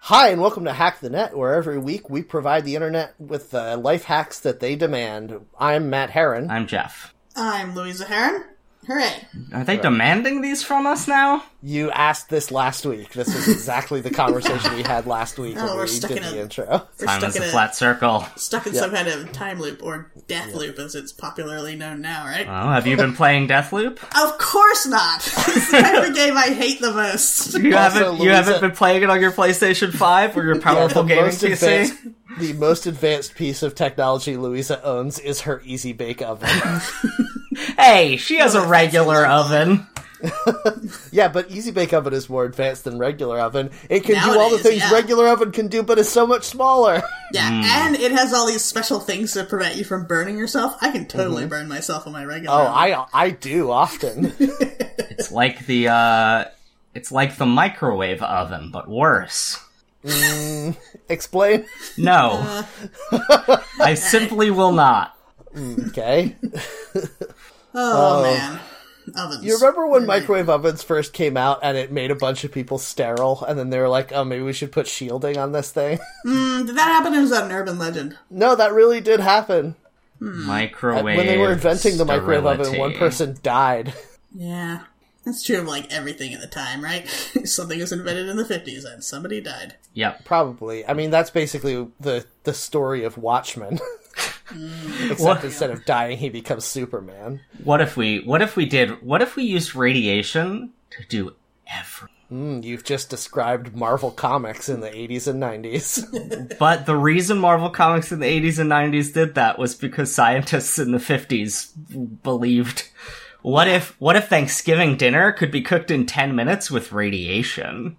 Hi, and welcome to Hack the Net, where every week we provide the internet with the life hacks that they demand. I'm Matt Herron. I'm Jeff. I'm Louisa Heron. Hooray. Are they demanding these from us now? You asked this last week. This is exactly the conversation we had last week Oh, when we're we stuck did in the a- intro. We're Time stuck is in a a, flat circle. stuck in Yeah. some kind of time loop or death loop as it's popularly known now, right? Well, have you been playing Deathloop? of course not. it's the kind of game I hate the most. You Also, haven't. You Louisa- haven't been playing it on your PlayStation Five or your Yeah, powerful gaming PC. advanced, the most advanced piece of technology Louisa owns is her easy bake oven. Hey, she has a regular oven. yeah, but easy bake oven is more advanced than regular oven. It can do all the Nowadays, things yeah. regular oven can do, but it's so much smaller. Yeah, and it has all these special things to prevent you from burning yourself. I can totally burn myself on my regular. Oh, oven. I I do often. It's like the. uh... It's like the microwave oven, but worse. Explain. No, I simply will not. Okay. oh, man. Ovens. You remember when microwave ovens first came out and it made a bunch of people sterile, and then they were like, "Oh, maybe we should put shielding on this thing." Mm, did that happen? Or was that an urban legend? no, that really did happen. Microwave. Hmm. When they were inventing the microwave oven, one sterility. person died. Yeah. That's true of like everything at the time, right? Something was invented in the 50s and somebody died. Yep. Probably. I mean, that's basically the the story of Watchmen. Except What- instead of dying, he becomes Superman. What if we? What if we did? What if we used radiation to do everything? Mm, you've just described Marvel comics in the eighties and nineties. But the reason Marvel Comics in the 80s and 90s did that was because scientists in the 50s believed what if what if Thanksgiving dinner could be cooked in 10 minutes with radiation?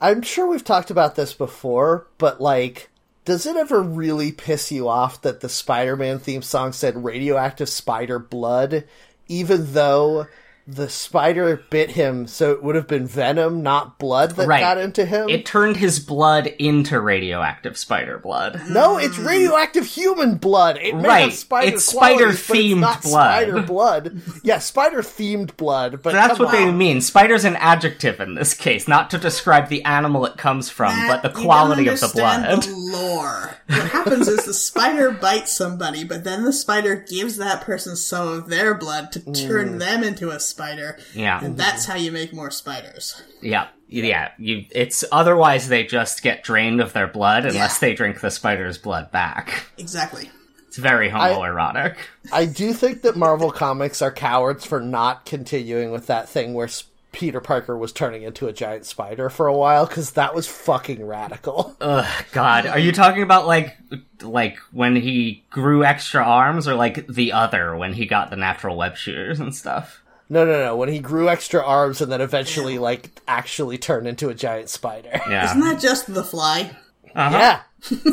I'm sure we've talked about this before, but like, does it ever really piss you off that the Spider Man theme song said radioactive spider blood, even though the spider bit him, so it would have been venom, not blood, that Right. got into him? It turned his blood into radioactive spider blood. no, it's radioactive human blood. It may Right. have spider It's spider qualities, but it's themed not blood. Spider blood. Yeah, spider themed blood. But That's come what they on. mean. Spider's an adjective in this case, not to describe the animal it comes from, but Matt, the you don't quality of the understand blood. The lore. What happens is the spider bites somebody, but then the spider gives that person some of their blood to Mm. turn them into a spider. Yeah. And that's how you make more spiders. Yeah. Yeah, you, it's otherwise they just get drained of their blood unless Yeah. they drink the spider's blood back. Exactly. It's very homoerotic. I do think that Marvel comics are cowards for not continuing with that thing where S- Peter Parker was turning into a giant spider for a while because that was fucking radical. Ugh, God, are you talking about like, like when he grew extra arms, or like the other when he got the natural web shooters and stuff? No, no, no. When he grew extra arms and then eventually, like, actually turned into a giant spider. Yeah, Isn't that just the fly? Yeah.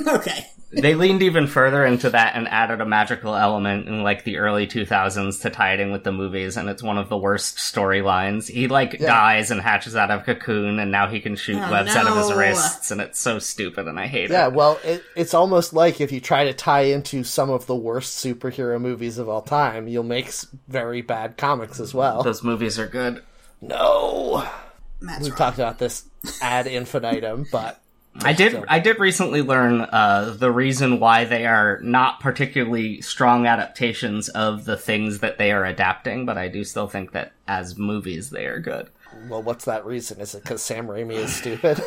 okay. they leaned even further into that and added a magical element in like the early two thousands to tie it in with the movies, and it's one of the worst storylines. He like dies and hatches out of a cocoon, and now he can shoot Oh, webs out of his no. wrists, and it's so stupid, and I hate Yeah, it. well, it, it's almost like if you try to tie into some of the worst superhero movies of all time, you'll make s- very bad comics as well. Those movies are good. No! Matt's We've wrong. talked about this ad infinitum, but. I did. I did recently learn uh, the reason why they are not particularly strong adaptations of the things that they are adapting, but I do still think that as movies they are good. Well, what's that reason? Is it because Sam Raimi is stupid?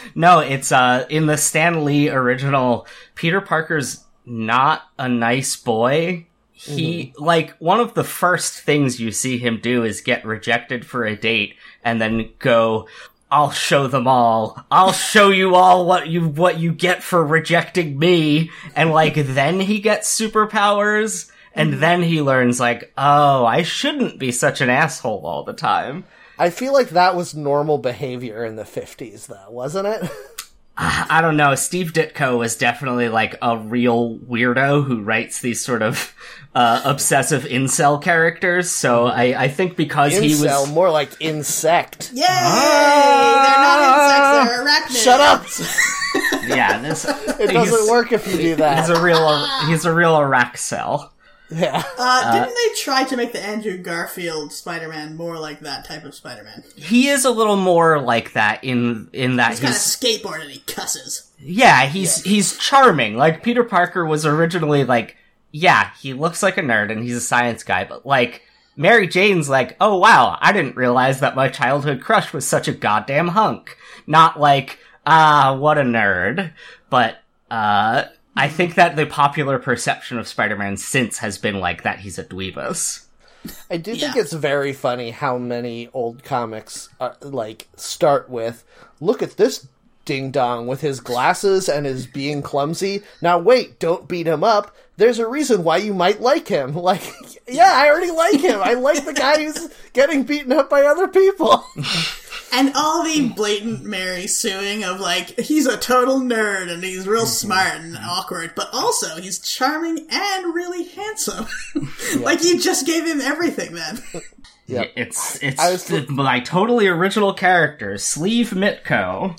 No, it's uh, in the Stan Lee original. Peter Parker's not a nice boy. He like one of the first things you see him do is get rejected for a date and then go I'll show them all. I'll show you all what you what you get for rejecting me. And like then he gets superpowers and then he learns like, "Oh, I shouldn't be such an asshole all the time." I feel like that was normal behavior in the 50s, though, wasn't it? I don't know. Steve Ditko is definitely like a real weirdo who writes these sort of uh, obsessive incel characters. So I, I think because he Incel, was more like insect. Yay! Ah! They're not insects, they're arachnids. Shut up! yeah, this It doesn't work if you do He's that. a real he's a real araxel. Yeah. Uh, didn't they try to make the Andrew Garfield Spider-Man more like that type of Spider-Man? He is a little more like that in in that He's got a skateboard and he cusses. Yeah, he's he's charming. Like Peter Parker was originally like, yeah, he looks like a nerd and he's a science guy, but like Mary Jane's like, "Oh wow, I didn't realize that my childhood crush was such a goddamn hunk." Not like, "Ah, what a nerd." But uh I think that the popular perception of Spider-Man since has been like that he's a dweebus. I do think Yeah. it's very funny how many old comics are, like start with look at this ding dong with his glasses and his being clumsy. Now wait, don't beat him up. There's a reason why you might like him. Like, yeah, I already like him. I like the guy who's getting beaten up by other people. And all Hmm. the blatant Mary suing of like, he's a total nerd and he's Hmm. real smart and awkward, but also he's charming and really handsome. like you just gave him everything then. Yep. It's it's I was- the- my totally original character, Sleeve Mitko.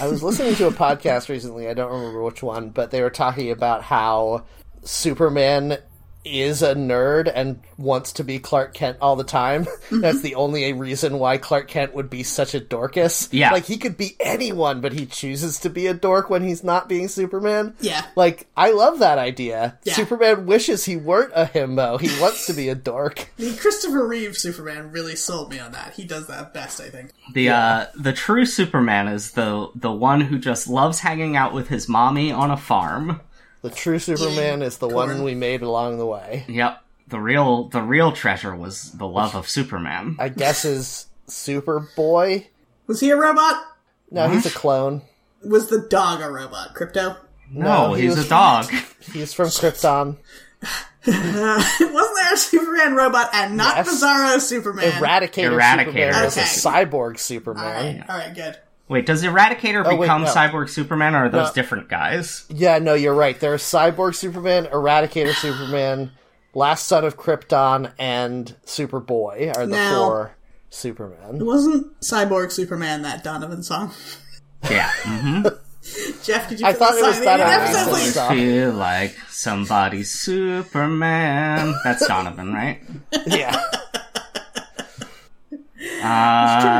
I was listening to a podcast recently. I don't remember which one, but they were talking about how Superman is a nerd and wants to be Clark Kent all the time. That's the only reason why Clark Kent would be such a dorkus. Yeah. Like he could be anyone, but he chooses to be a dork when he's not being Superman. Yeah. Like I love that idea. Yeah. Superman wishes he weren't a himbo. He wants to be a dork. The Christopher Reeve Superman really sold me on that. He does that best, I think. The uh the true Superman is the the one who just loves hanging out with his mommy on a farm. The true Superman is the one Corn. we made along the way. Yep. The real the real treasure was the love of Superman. I guess is Superboy. Was he a robot? No, he's a clone. Was the dog a robot? Crypto? no, no, he he's was- a dog. He's from Krypton. Uh, Wasn't there a Superman robot and not Yes. Bizarro Superman? Eradicator, Eradicator Superman is is a a- cyborg all Superman. right, all right, good. Wait, does Eradicator Oh, wait, become no. Cyborg Superman or are those No. different guys? Yeah, no, you're right. There's cyborg Superman, Eradicator Superman, Last Son of Krypton, and Superboy are the No. four Superman. Wasn't Cyborg Superman that Donovan song? Yeah. hmm Jeff, did you I put thought that it song was in that uh, the I episode, was please? song. Feel like somebody's Superman. That's Donovan, right? Yeah. Too many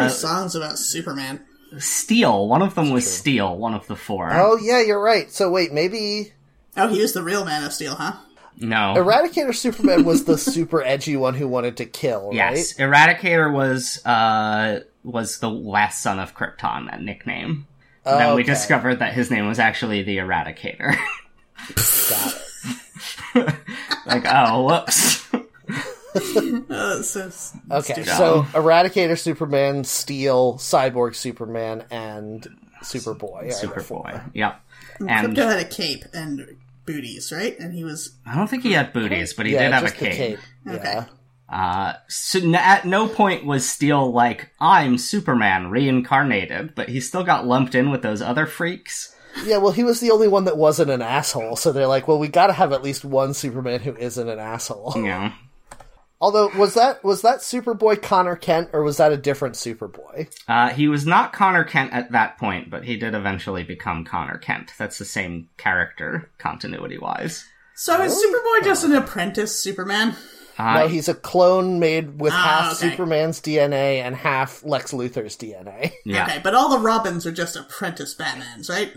Uh, songs about Superman. Steel. One of them was Steel. One of the four. oh, yeah, you're right. So wait, maybe Oh, he was the real Man of Steel, huh? no. Eradicator Superman was the super edgy one who wanted to kill, right? yes, Eradicator was uh was the last son of Krypton. That nickname. then we Okay. discovered that his name was actually the Eradicator. Got it. like, oh, whoops. Oh, that's so s- Okay, dumb. so Eradicator Superman, Steel, Cyborg Superman, and Superboy. are the four. Superboy. Yep. Hmm, Crypto And had a cape and booties, right? And he was I don't think he had booties, but he yeah, did have a just the cape. cape. Okay. Yeah. Uh, so n- at no point was Steel like, I'm Superman reincarnated, but he still got lumped in with those other freaks. Yeah, well, he was the only one that wasn't an asshole, so they're like, well, we gotta have at least one Superman who isn't an asshole. You know. Although, was that was that Superboy Connor Kent, or was that a different Superboy? Uh, he was not Connor Kent at that point, but he did eventually become Connor Kent. That's the same character, continuity wise. so is Superboy Oh. just an apprentice Superman? Uh, no, he's a clone made with half okay. Superman's DNA and half Lex Luthor's DNA. Yeah. Okay, but all the Robins are just apprentice Batmans, right?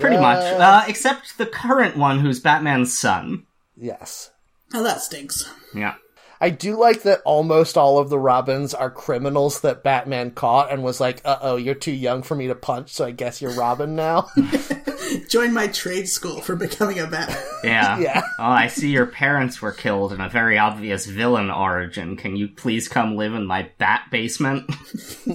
Pretty Yeah. much. Uh, except the current one who's Batman's son. yes. Oh, that stinks. Yeah. I do like that almost all of the Robins are criminals that Batman caught and was like, uh oh, you're too young for me to punch, so I guess you're Robin now. Join my trade school for becoming a Batman. Yeah. Yeah. Oh, I see your parents were killed in a very obvious villain origin. Can you please come live in my bat basement?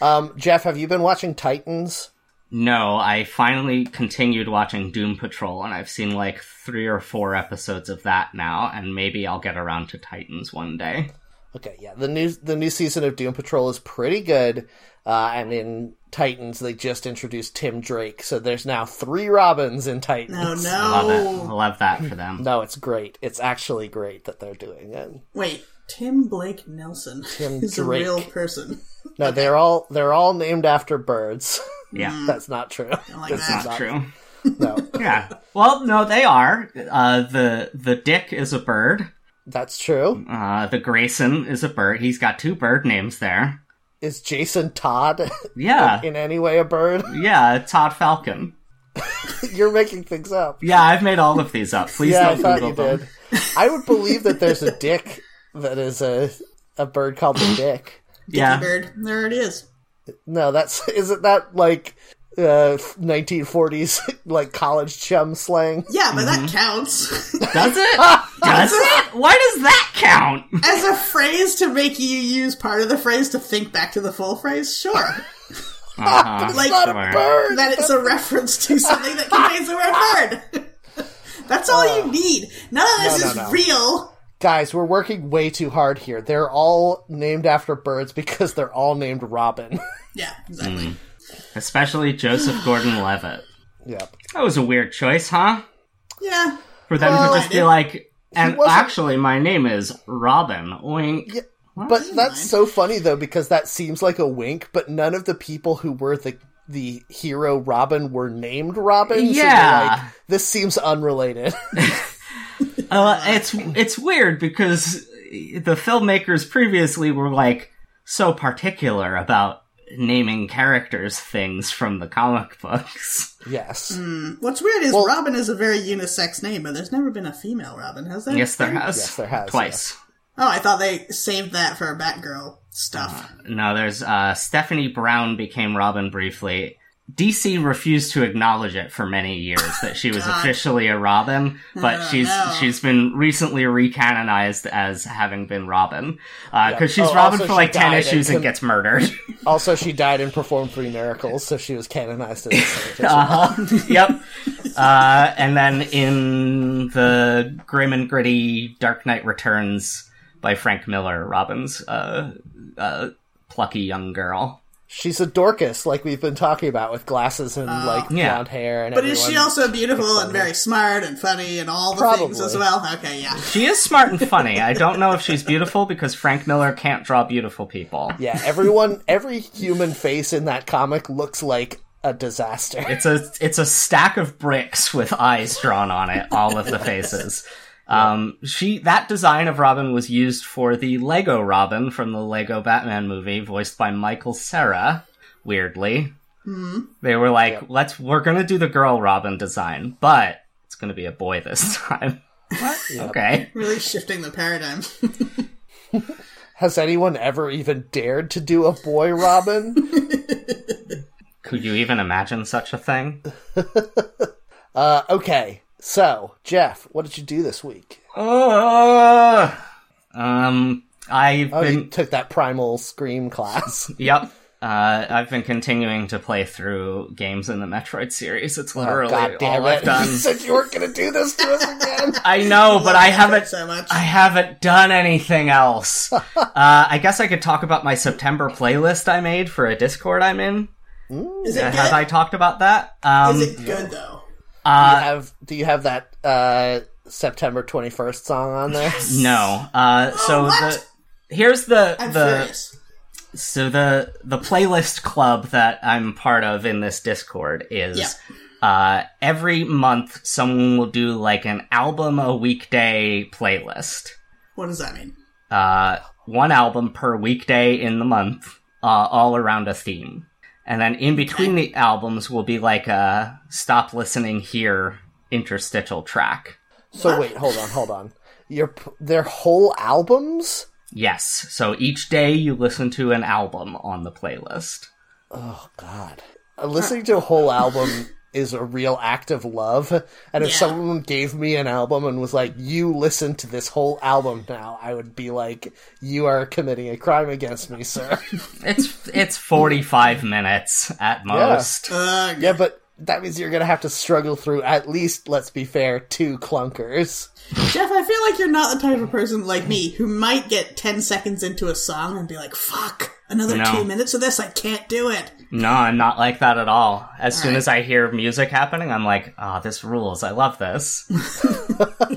um, Jeff, have you been watching Titans? no, I finally continued watching Doom Patrol, and I've seen like three or four episodes of that now, and maybe I'll get around to Titans one day. Okay, yeah. The new the new season of Doom Patrol is pretty good. Uh, and in Titans, they just introduced Tim Drake, so there's now three Robins in Titans. Oh, No, Love it. no. Love that for them. No, it's great. It's actually great that they're doing it. Wait, Tim Blake Nelson Tim is Drake. a real person. No, they're all they're all named after birds. Yeah. That's not true. like This is that. That's not- true. No. Yeah. Well, no, they are. Uh, the the dick is a bird. That's true. Uh, the Grayson is a bird. He's got two bird names there. Is Jason Todd Yeah. in any way a bird? Yeah, Todd Falcon. You're making things up. Yeah, I've made all of these up. Please yeah, I don't thought Google you them. did. I would believe that there's a dick that is a a bird called the dick. Yeah. Bird. There it is. No, that's isn't that like uh 1940s like college chum slang? Yeah, but that Mm-hmm. counts Does it? Does it? Why does that count? as a phrase to make you use part of the phrase to think back to the full phrase. Sure, Uh-huh. like Not Sure. a bird. that it's a reference to something that contains the word bird. That's all you need. None of Uh, this no, is no. real. Guys, we're working way too hard here. They're all named after birds because they're all named Robin. Yeah, exactly. Hmm. Especially Joseph Gordon Levitt. yep. That was a weird choice, huh? Yeah. For them Well, to just be like, and wasn't- actually, my name is Robin. Oink. But that's so funny though because that seems like a wink, but none of the people who were the the hero Robin were named Robin. so they're Yeah. like, this seems unrelated. Uh, it's it's weird because the filmmakers previously were like so particular about naming characters things from the comic books. yes. What's weird is Robin is a very unisex name, but there's never been a female Robin, has there? yes, there has. Yes, there has, twice. Oh, I thought they saved that for Batgirl stuff. No, there's uh, Stephanie Brown became Robin briefly. DC refused to acknowledge it for many years that she was officially a Robin, but she's no. she's been recently recanonized as having been Robin because Yeah. she's Oh, Robin also for she like ten died and issues and couldn't- gets murdered. Also, she died and performed three miracles, so she was canonized as a saint. Uh-huh. yep. Uh, and then in the grim and gritty Dark Knight Returns by Frank Miller, Robin's uh, uh, plucky young girl. She's a Dorcas, like we've been talking about, with glasses and like Yeah. blonde hair. And Uh, But is she everyone- also beautiful and very smart and funny and all the things Probably. as well? Okay, yeah. She is smart and funny. I don't know if she's beautiful because Frank Miller can't draw beautiful people. Yeah, everyone, every human face in that comic looks like a disaster. It's a it's a stack of bricks with eyes drawn on it, all of the faces. Um, she that design of Robin was used for the Lego Robin from the Lego Batman movie, voiced by Michael Cera. Weirdly, they were like, "Let's we're gonna do the girl Robin design, but it's gonna be a boy this time." Okay, Really shifting the paradigm. Has anyone ever even dared to do a boy Robin? could you even imagine such a thing? uh, okay, so Jeff, what did you do this week? Oh, um, I've Oh, been you took that primal scream class. Yep. Uh, I've been continuing to play through games in the Metroid series. Oh, It's literally God damn all I've it! You done. said you weren't going to do this to us again. I know, but I haven't. so much. I haven't done anything else. uh, I guess I could talk about my September playlist I made for a Discord I'm in. Is it good? Have I talked about that? Um, Is it good though? Uh, Do you have do you have that uh September 21st song on there? no. Uh, so the Oh, what? here's the I'm the curious. so the the playlist club that I'm part of in this Discord is Yeah. uh, every month someone will do like an album a weekday playlist. What does that mean? Uh, one album per weekday in the month, uh, all around a theme, and then in between the albums will be like a stop listening here interstitial track. So wait, hold on, hold on. Your p- their whole albums? Yes, so each day you listen to an album on the playlist. Oh god. Uh, Listening to a whole album is a real act of love. And if Yeah. someone gave me an album and was like, "You listen to this whole album now," I would be like, "You are committing a crime against me, sir." It's it's 45 minutes at most. Uh, yeah, but that means you're going to have to struggle through at least, let's be fair, two clunkers. Jeff, I feel like you're not the type of person like me who might get 10 seconds into a song and be like, fuck, another No. two minutes of this, I can't do it. No, I'm not like that at all. As soon as I hear music happening, I'm like, ah, this rules. I love this.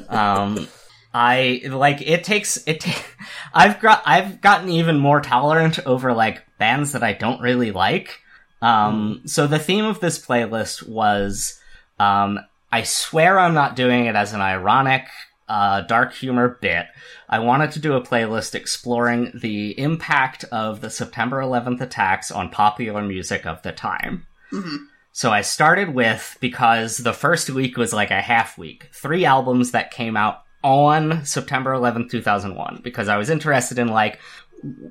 um, I like it takes it. Ta- I've got I've gotten even more tolerant over like bands that I don't really like. Um, so the theme of this playlist was, um, I swear I'm not doing it as an ironic uh, dark humor bit, I wanted to do a playlist exploring the impact of the September 11th attacks on popular music of the time. Mhm. So I started with, because the first week was like a half week, three albums that came out on September 11th, 2001, because I was interested in like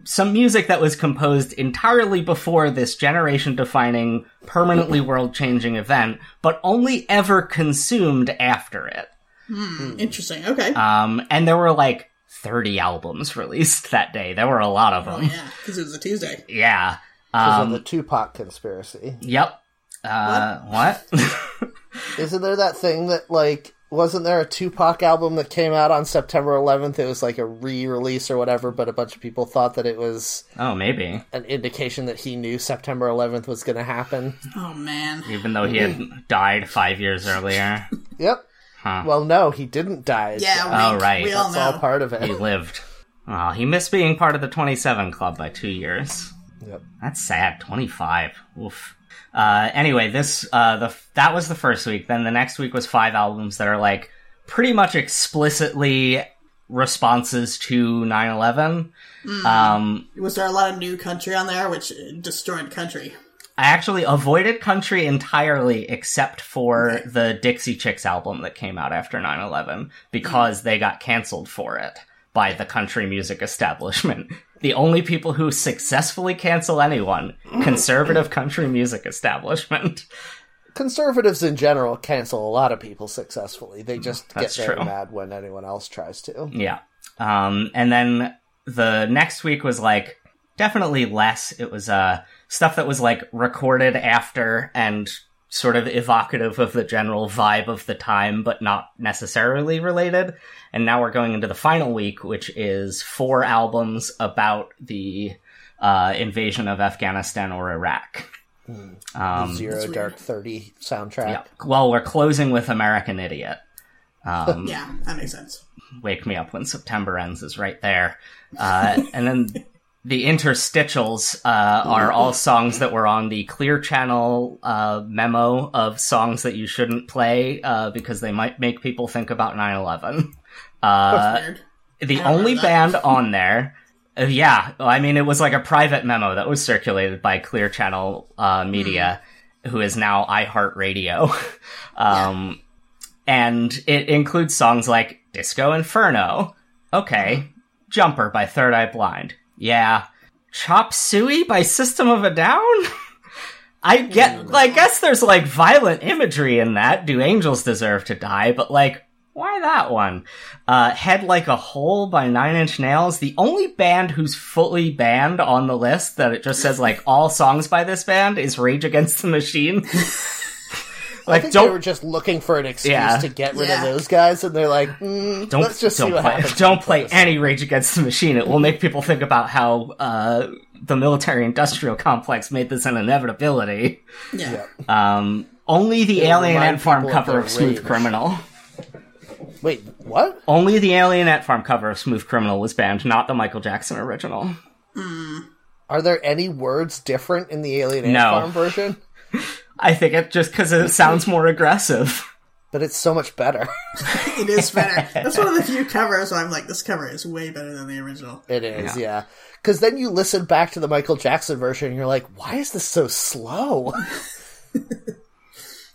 some music that was composed entirely before this generation defining, permanently world changing event, but only ever consumed after it. Hmm, interesting. Okay. Um, and there were like 30 albums released that day. There were a lot of oh them. yeah, because it was a Tuesday. yeah. Because Um, of the Tupac conspiracy. yep. Uh, what? Isn't there that thing that like wasn't there a Tupac album that came out on September 11th? It was like a re-release or whatever, but a bunch of people thought that it was oh, maybe. an indication that he knew September 11th was going to happen. Oh man. Even though he had died five years earlier. Yep. Huh. Well, no, he didn't die. Yeah. Oh, wink. right. We all It's know. all part of He it. lived. Oh, he missed being part of the 27 Club by two years. Yep. That's sad. 25. Oof. Uh, anyway, this uh, the that was the first week. Then the next week was five albums that are like pretty much explicitly responses to 9/11. Um, Was there a lot of new country on there, which destroyed country? I actually avoided country entirely except for the Dixie Chicks album that came out after 9/11 because they got canceled for it by the country music establishment. The only people who successfully cancel anyone, conservative country music establishment. Conservatives in general cancel a lot of people successfully. They just That's get very true. mad when anyone else tries to. Yeah. Um, and then the next week was like definitely less. It was uh, stuff that was like recorded after and sort of evocative of the general vibe of the time, but not necessarily related. And now we're going into the final week, which is four albums about the uh, invasion of Afghanistan or Iraq. Um, Zero weird. Dark Thirty soundtrack. yeah. Well, we're closing with American Idiot. Um, Yeah, that makes sense. Wake Me Up When September Ends is right there. Uh, and then the interstitials uh, are all songs that were on the Clear Channel uh, memo of songs that you shouldn't play uh, because they might make people think about 9 11. Uh, That's weird. the I remember only that. band on there. uh, Yeah, I mean, it was like a private memo that was circulated by Clear Channel uh, Media, who is now iHeartRadio. um, And it includes songs like Disco Inferno. Okay. Jumper by Third Eye Blind. Yeah. Chop Suey by System of a Down? I get, I guess there's like violent imagery in that. Do angels deserve to die? But like, why that one? Uh, Head Like a Hole by Nine Inch Nails, the only band who's fully banned on the list that it just says like all songs by this band is Rage Against the Machine. I like, think don't they were just looking for an excuse Yeah. to get rid of Yeah. those guys, and they're like, mm, don't "Let's just don't see what play, happens." don't play any Rage Against the Machine. It will make people think about how uh, the military-industrial complex made this an inevitability. Yeah. Um, only the It'll Alien remind Ant Farm people of cover their of Smooth rage. Criminal. Wait, what? Only the Alien Ant Farm cover of Smooth Criminal was banned, not the Michael Jackson original. Are there any words different in the Alien Ant No. Farm version? I think it just because it sounds more aggressive. But it's so much better. It is better. That's one of the few covers where I'm like, this cover is way better than the original. It is, yeah. Because then you listen back to the Michael Jackson version, and you're like, "Why is this so slow?"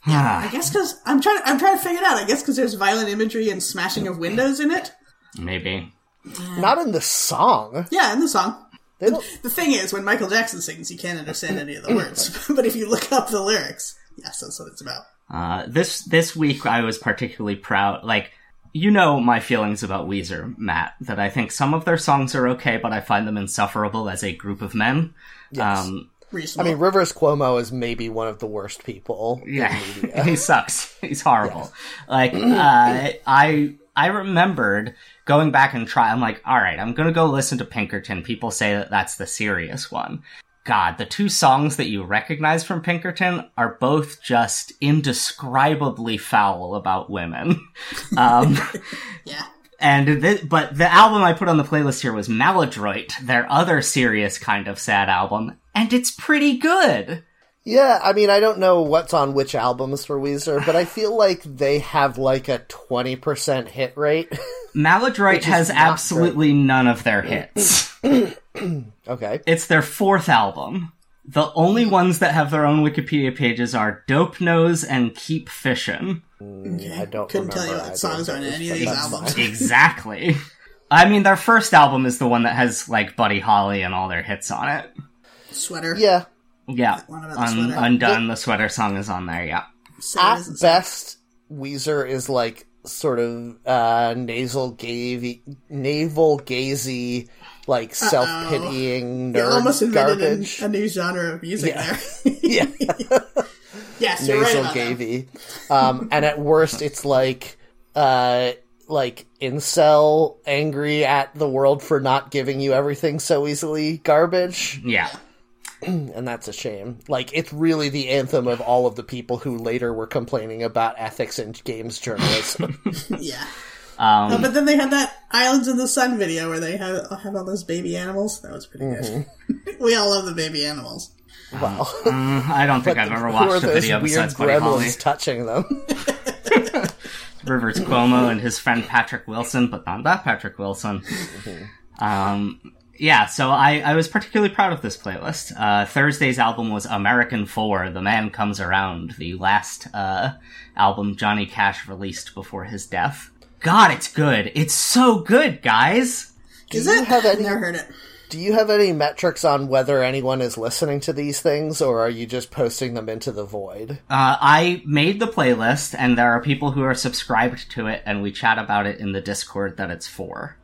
I guess because I'm trying. I'm trying to figure it out. I guess because there's violent imagery and smashing of windows in it. Maybe. Not in the song. Yeah, in the song. They don't. The thing is, when Michael Jackson sings, you can't understand any of the words. but if you look up the lyrics, yes, that's what it's about. Uh, this this week I was particularly proud. Like you know my feelings about Weezer, Matt. That I think some of their songs are okay, but I find them insufferable as a group of men. Um, I Reasonable. mean, Rivers Cuomo is maybe one of the worst people. yeah, he sucks. He's horrible. Like uh, I I remembered going back and try. I'm like, all right, I'm gonna go listen to Pinkerton. People say that that's the serious one. God, the two songs that you recognize from Pinkerton are both just indescribably foul about women. Um, yeah. And th- but the album I put on the playlist here was Maladroit, their other serious kind of sad album, and it's pretty good. Yeah, I mean, I don't know what's on which albums for Weezer, but I feel like they have like a 20% hit rate. Maladroit has absolutely none of their hits. okay. it's their fourth album. The only ones that have their own Wikipedia pages are Dope Nose and Keep Fishin'. I don't Couldn't tell you remember what either songs of are on those, any of but these that's albums. Exactly. I mean, their first album is the one that has like Buddy Holly and all their hits on it. Sweater. Yeah. Yeah, One about the Un- sweater. Undone, the sweater song is on there. Yeah, Sarah At doesn't say- best, Weezer is like sort of uh, nasal gave navel gazy, like self pitying You almost nerd invented garbage. a, a new genre of music Yeah. there. yeah. yes, you're right nasal about that. gavy. Um, and at worst, it's like, uh, like incel, angry at the world for not giving you everything so easily, garbage, yeah. and that's a shame. Like it's really the anthem of all of the people who later were complaining about ethics in games journalism. Yeah. Um, Oh, but then they had that Islands in the Sun video where they have, have all those baby animals. That was pretty good. Mm-hmm. we all love the baby animals. wow, mm, I don't think I've ever who are watched a those video weird besides Buddy Holly, gremlins touching them? Rivers Cuomo, and his friend Patrick Wilson, but not that Patrick Wilson. Mm-hmm. Um, yeah, so I, I was particularly proud of this playlist. Uh, Thursday's album was American Four, The Man Comes Around, the last uh, album Johnny Cash released before his death. God, it's good. It's so good, guys. Is you it? have any- Never heard it. Do you have any metrics on whether anyone is listening to these things, or are you just posting them into the void? Uh, I made the playlist, and there are people who are subscribed to it, and we chat about it in the Discord that it's for.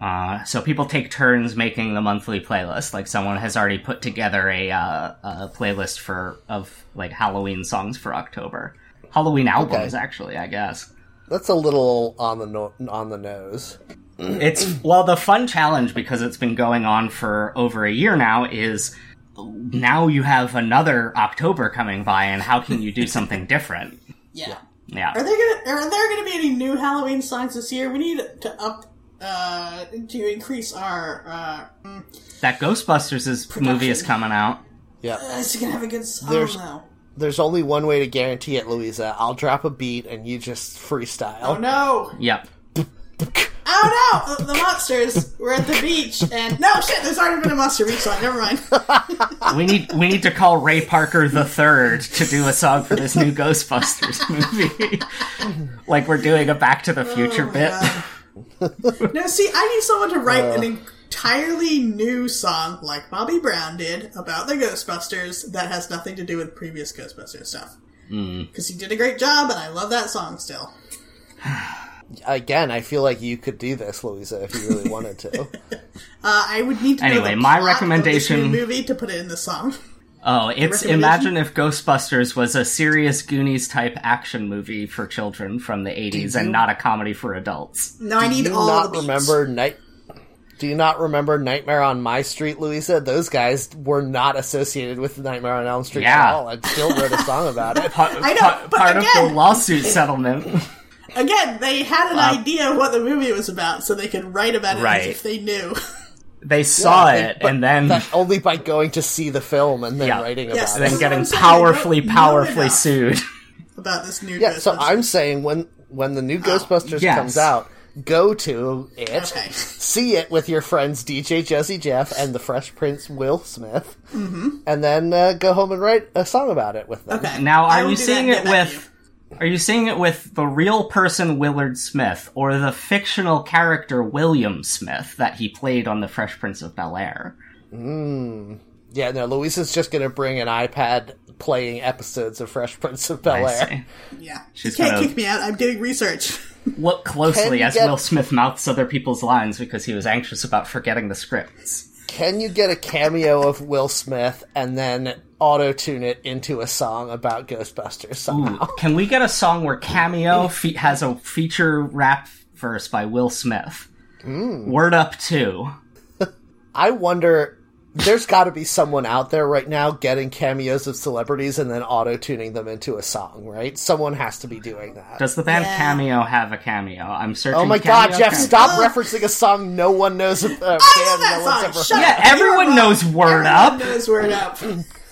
Uh, so people take turns making the monthly playlist. Like someone has already put together a, uh, a playlist for of like Halloween songs for October, Halloween albums actually. I guess That's a little on the no- on the nose. it's well the fun challenge because it's been going on for over a year now is now you have another October coming by, and how can you do something different? Yeah. Yeah. Are there gonna are there gonna be any new Halloween songs this year? We need to up uh to increase our uh mm, That Ghostbusters is, movie is coming out. Yeah. is it gonna have a good song There's- though? There's only one way to guarantee it, Louisa. I'll drop a beat and you just Oh freestyle. no! Yep. Oh no! The, the monsters were at the beach and no shit. There's already been a monster beach song. Never mind. Ah. We need we need to call Ray Parker the third to do a song for this new Ghostbusters movie. like we're doing a Back to the Future Oh, bit. No, see, I need someone to write an entirely new song like Bobby Brown did about the Ghostbusters that has nothing to do with previous Ghostbusters stuff. Because he did a great job, and I love that song still. Again, I feel like you could do this, Louisa, if you really wanted to. Uh, I would need to know Anyway, the my plot of this recommendation- new movie to put it in the song. Oh, it's Recommendation? imagine if Ghostbusters was a serious Goonies type action movie for children from the eighties and not a comedy for adults. No, I need Do you all the not beats. remember night? Do you not remember Nightmare on My Street, Louisa? Those guys were not associated with Nightmare on Elm Street Yeah. at all. I still wrote a song about it. Part, I know, part- but part of again- the lawsuit settlement. Again, they had an idea of what the movie was about, so they could write about it Uh, Right. as if they knew. They saw Yeah, it but and then that only by going to see the film and then Yeah. writing about Yes, it. this then is what I'm getting saying, they don't powerfully, know powerfully enough. sued. about this Oh, new Yeah, so Ghostbusters. I'm saying when when the new Ghostbusters yes. comes out, go to it, Okay. see it with your friends DJ Jesse Jeff and the Fresh Prince Will Smith, and then uh, go home and write a song about it with them. Mm-hmm. Okay. Now, I are will you do that seeing and it get back to with? Are you seeing it with the real person Willard Smith or the fictional character William Smith that he played on The Fresh Prince of Bel Air? Yeah, no, Louisa's just gonna bring an iPad playing episodes of Fresh Prince of Bel I Air. say, you. Yeah. She's you can't gonna- kick me out. I'm doing research. Look Can closely you as get- Will Smith mouths other people's lines because he was anxious about forgetting the scripts. Can you get a cameo of Will Smith and then auto tune it into a song about Ghostbusters somehow? Can we get a song where cameo fe- has a feature rap verse by Will Smith? Mm. Word up two. I wonder. There's got to be someone out there right now getting cameos of celebrities and then auto tuning them into a song, right? Someone has to be doing that. Does the band Yeah. Cameo have a cameo? I'm searching. oh my cameo, god, Jeff! cameo. Stop referencing a song no one knows. Uh, I that no one's song. ever Shut heard. Yeah, You're everyone wrong. knows Word Up. Everyone knows word up.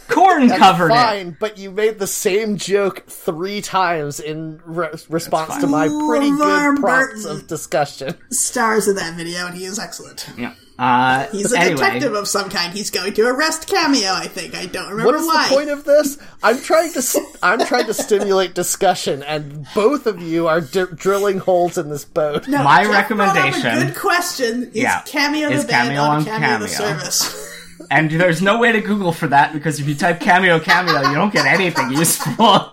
Corn covered it. Fine, but you made the same joke three times in re- response to my pretty Lamar good prompts Burton. of discussion. Stars in that video, and he is excellent. Yeah. Uh, He's a anyway, detective of some kind. He's going to arrest Cameo, I think. I don't remember What is why. the point of this? I'm trying to s- I'm trying to stimulate discussion, and both of you are d- drilling holes in this boat. No, My Jeff brought up recommendation- A good question. Is Yeah. Cameo the Is band Cameo on on Cameo, the Cameo? service? And there's no way to Google for that because if you type cameo cameo, you don't get anything useful.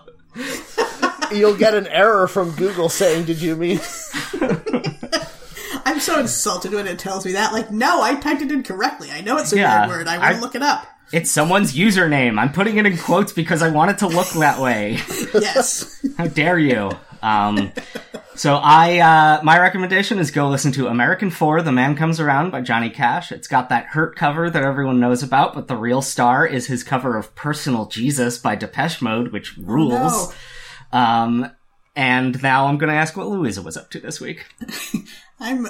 You'll get an error from Google saying, "Did you mean?" I'm so insulted when it tells me that. Like, no, I typed it incorrectly. I know it's a Yeah, weird word. I want I- to look it up. It's someone's username. I'm putting it in quotes because I want it to look that way. Yes. How dare you? Um, so I, uh, my recommendation is go listen to American Four: The Man Comes Around by Johnny Cash. It's got that hurt cover that everyone knows about, but the real star is his cover of "Personal Jesus" by Depeche Mode, which rules. no. Um, and now I'm going to ask what Louisa was up to this week. I'm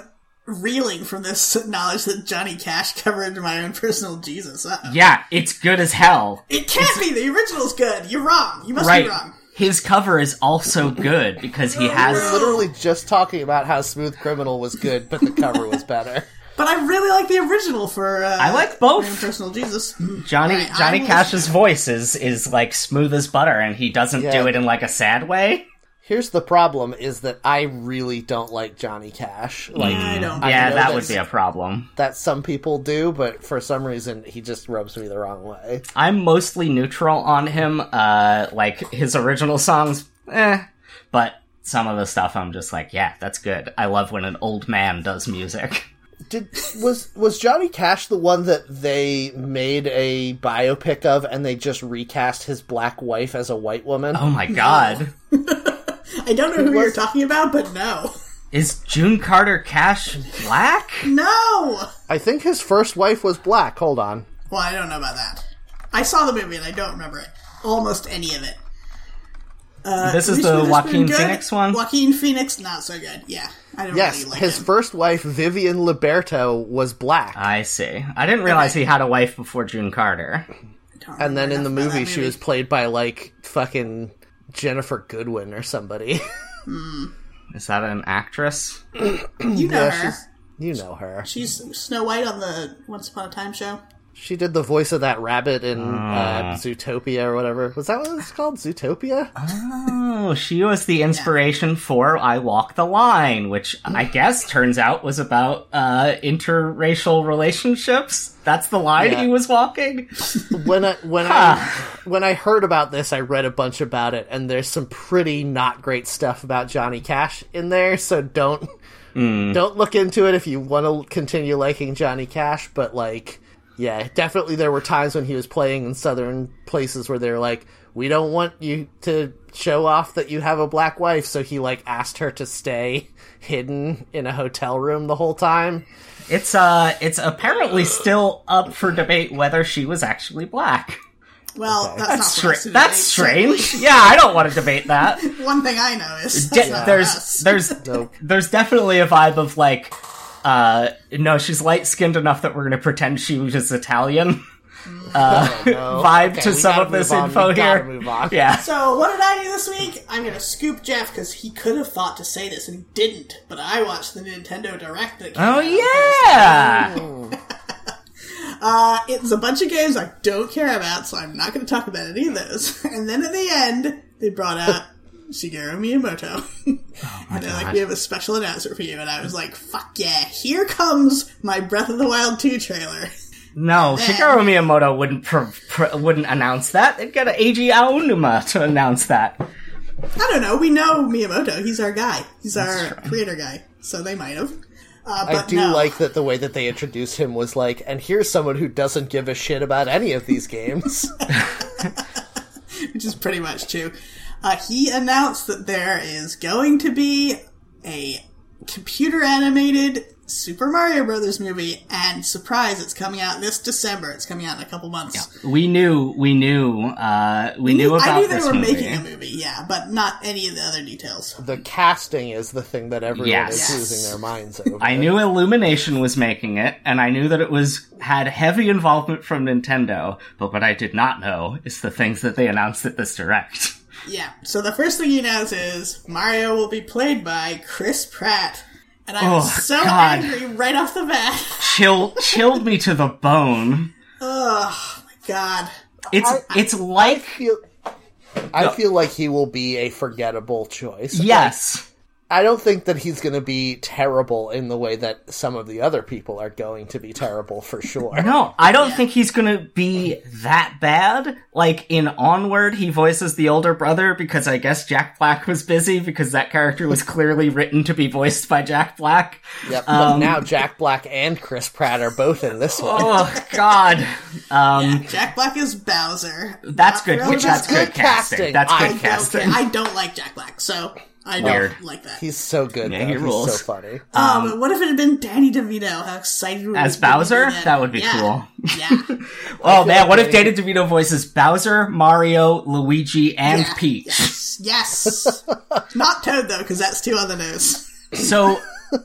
reeling from this knowledge that Johnny Cash covered my own personal Jesus. Uh-oh. Yeah, it's good as hell. It can't be. The original's good. You're wrong. You must Right. be wrong. His cover is also good because he has. Literally just talking about how Smooth Criminal was good, but the cover was better. But I really like the original for. Uh, I like my own both. personal Jesus. Johnny Right, Johnny I'm- Cash's voice is is like smooth as butter, and he doesn't Yeah. do it in like a sad way. Here's the problem: is that I really don't like Johnny Cash. Like I don't. I yeah, know that that's- would be a problem. that, some people do, but for some reason, he just rubs me the wrong way. I'm mostly neutral on him. Uh, like his original songs, eh. But some of the stuff, I'm just like, yeah, that's good. I love when an old man does music. Did was was Johnny Cash the one that they made a biopic of, and they just recast his black wife as a white woman? Oh my god, I don't know who you're talking about, but no. is June Carter Cash black? No! I think his first wife was black. Hold on. Well, I don't know about that. I saw the movie and I don't remember it. Almost any of it. Uh, This is Reese the Witherspoon Joaquin good. Phoenix one? Joaquin Phoenix, not so good. Yeah. I don't Yes, really like his him. first wife Vivian Liberto was black, I see. I didn't realize he had a wife before June Carter. Don't and then in the remember enough about movie that she was played by like fucking Jennifer Goodwin or somebody. Is that an actress? You know Yeah, her. she's- you know her. She's... Snow White on the Once Upon a Time show. She did the voice of that rabbit in uh, Zootopia or whatever. Was that what it's called? Zootopia? Oh, she was the inspiration for I Walk the Line, which I guess turns out was about uh, interracial relationships. That's the line Yeah. he was walking. when I when I when I heard about this, I read a bunch about it, and there's some pretty not great stuff about Johnny Cash in there. So don't Hmm. don't look into it if you want to continue liking Johnny Cash. But like, yeah, definitely there were times when he was playing in southern places where they were like, "We don't want you to show off that you have a black wife," so he like asked her to stay hidden in a hotel room the whole time. It's uh, it's apparently still up for debate whether she was actually black. Well, that's, not for Stra- us to that's debate. strange. Yeah, I don't want to debate that. One thing I know is De- that's not for us. There's there's Nope. there's definitely a vibe of like, uh, no, she's light skinned enough that we're gonna pretend she was just Italian. Oh, No. Vibe Okay, to we some gotta of this move on, info we here. gotta move on. Yeah. So what did I do this week? I'm gonna scoop Jeff because he could have thought to say this and he didn't. But I watched the Nintendo Direct. That came Oh out. yeah. Uh, it was a bunch of games I don't care about, so I'm not gonna talk about any of those. And then at the end, they brought out Shigeru Miyamoto, and they're like, God. "We have a special announcer for you." And I was like, "Fuck yeah! Here comes my Breath of the Wild 2 trailer." No, Shigeru Miyamoto wouldn't pr- pr- wouldn't announce that. They'd get Eiji Aonuma to announce that. I don't know. We know Miyamoto. He's our guy. He's our creator guy. So they might have. Uh, but I do no. like that the way that they introduced him was like, and here's someone who doesn't give a shit about any of these games. which is pretty much true. Uh, he announced that there is going to be a computer animated Super Mario Brothers movie, and surprise, it's coming out this December. It's coming out in a couple months. We knew, we knew, uh, we knew about I knew they this were movie. making a movie, yeah, but not any of the other details. The casting is the thing that everyone Yes. is losing their minds over. I knew Illumination was making it, and I knew that it was had heavy involvement from Nintendo. But what I did not know is the things that they announced at this direct. Yeah. So the first thing he announced is Mario will be played by Chris Pratt. And I Oh, was so God. angry right off the bat. Chill, chilled me to the bone. Oh my god. It's it's like feel, I No. feel like he will be a forgettable choice. yes, I don't think that he's going to be terrible in the way that some of the other people are going to be terrible for sure. no. I don't think he's gonna be that bad. Like in Onward, he voices the older brother because I guess Jack Black was busy because that character was clearly written to be voiced by Jack Black. Yep. But now Jack Black and Chris Pratt are both in this one. Um, Oh God. Um, Jack Black is Bowser. That's Not good. really Which that's good good, casting. casting. That's I I good don't, casting. I don't like Jack Black, so I don't Weird. like that. He's so good. Yeah, though. he He's rules. so funny. Oh, Um, but what if it had been Danny DeVito? How excited would As we be to Bowser? do That would be Yeah. cool. Yeah. oh man, like what if they- Danny DeVito voices Bowser, Mario, Luigi, and Yeah. Peach? Yes. Yes. Not Toad though, because that's too on the nose. So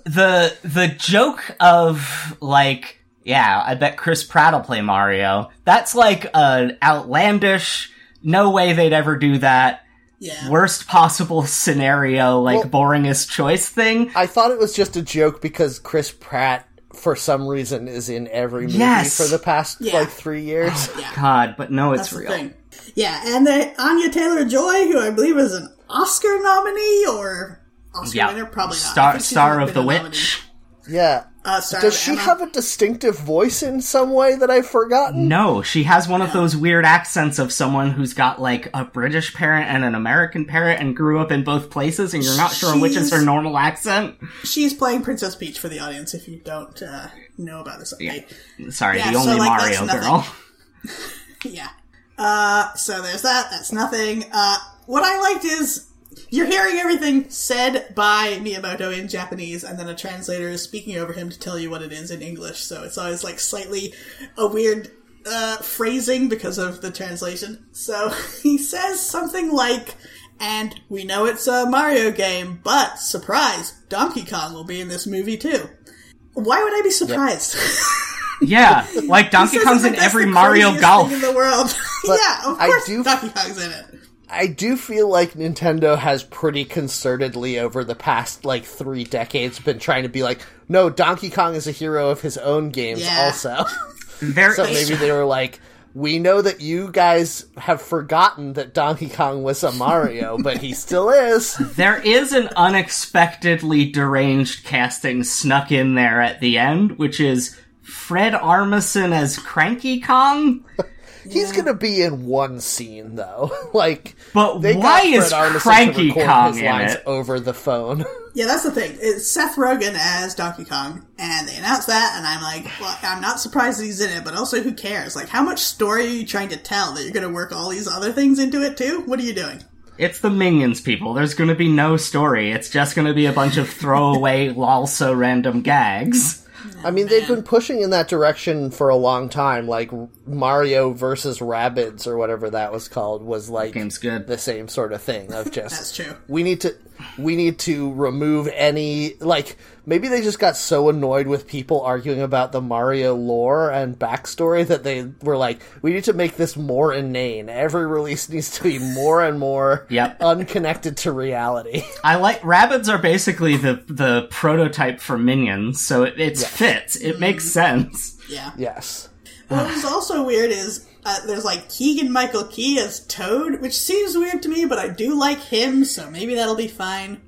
the the joke of like, yeah, I bet Chris Pratt will play Mario. That's like an outlandish. No way they'd ever do that. Yeah. Worst possible scenario, like boringest choice thing. I thought it was just a joke because Chris Pratt, for some reason, is in every movie Yes. Oh, for the past Yeah. like three years. God, but no, it's That's the real. thing. Yeah, and then Anya Taylor Joy, who I believe is an Oscar nominee or Oscar Yeah. winner, probably not. I Star think she's Star been of the a Witch. nominee. yeah. Uh, star Does of she Emma. have a distinctive voice in some way that I've forgotten? No, she has one of those weird accents of someone who's got like a British parent and an American parent and grew up in both places, and you're not sure which is her She's- normal accent. She's playing Princess Peach for the audience. If you don't uh, know about this, update. Sorry, Yeah, the so, only like, that's Mario nothing. girl. Yeah. Uh, so there's that. That's nothing. Uh, what I liked is you're hearing everything said by Miyamoto in Japanese, and then a translator is speaking over him to tell you what it is in English. So it's always like slightly a weird uh, phrasing because of the translation. So he says something like. And we know it's a Mario game, but surprise, Donkey Kong will be in this movie too. Why would I be surprised? Yeah, like Donkey This Kong's is- in that's every the Mario craziest Golf. thing in the world. yeah, of I course, do- Donkey Kong's in it. I do feel like Nintendo has pretty concertedly over the past like three decades been trying to be like, no, Donkey Kong is a hero of his own games Yeah. also. There, so maybe they were like, we know that you guys have forgotten that Donkey Kong was a Mario, but he still is. there is an unexpectedly deranged casting snuck in there at the end, which is Fred Armisen as Cranky Kong. He's gonna be in one scene though. like But they why got is Fred Armisen to Cranky record Kong his in lines it? over the phone? Yeah, that's the thing. It's Seth Rogen as Donkey Kong, and they announced that, and I'm like, well, I'm not surprised that he's in it, but also who cares? Like, how much story are you trying to tell that you're going to work all these other things into it too? What are you doing? It's the minions, people. There's going to be no story. It's just going to be a bunch of throwaway, lol, so random gags. I mean, they've been pushing in that direction for a long time. Like Mario versus Rabbids or whatever that was called was like Game's good. the same sort of thing of just That's true. we need to we need to remove any like maybe they just got so annoyed with people arguing about the Mario lore and backstory that they were like we need to make this more inane. Every release needs to be more and more Yep. unconnected to reality. I like rabbits are basically the the prototype for minions, so it, it fits. It makes Mm-hmm. sense. Yeah. yes. What was also weird is uh, there's like Keegan Michael Key as Toad, which seems weird to me, but I do like him, so maybe that'll be fine.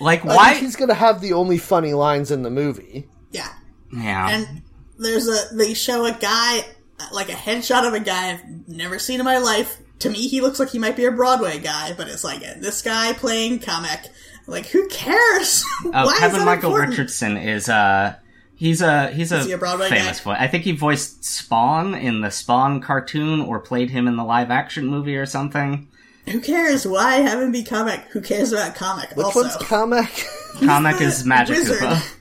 Like Oh, I think why? he's going to have the only funny lines in the movie. Yeah. Yeah, and there's a they show a guy like a headshot of a guy I've never seen in my life. To me, he looks like he might be a Broadway guy, but it's like eh, this guy playing comic. Like, who cares? oh, Why is Kevin that Michael important? Richardson is uh he's a he's a, he a Broadway famous guy? voice. I think he voiced Spawn in the Spawn cartoon or played him in the live action movie or something. Who cares? Why have him be comic? Who cares about comic? Which also, one's comic? Comic is Magic wizard. Koopa.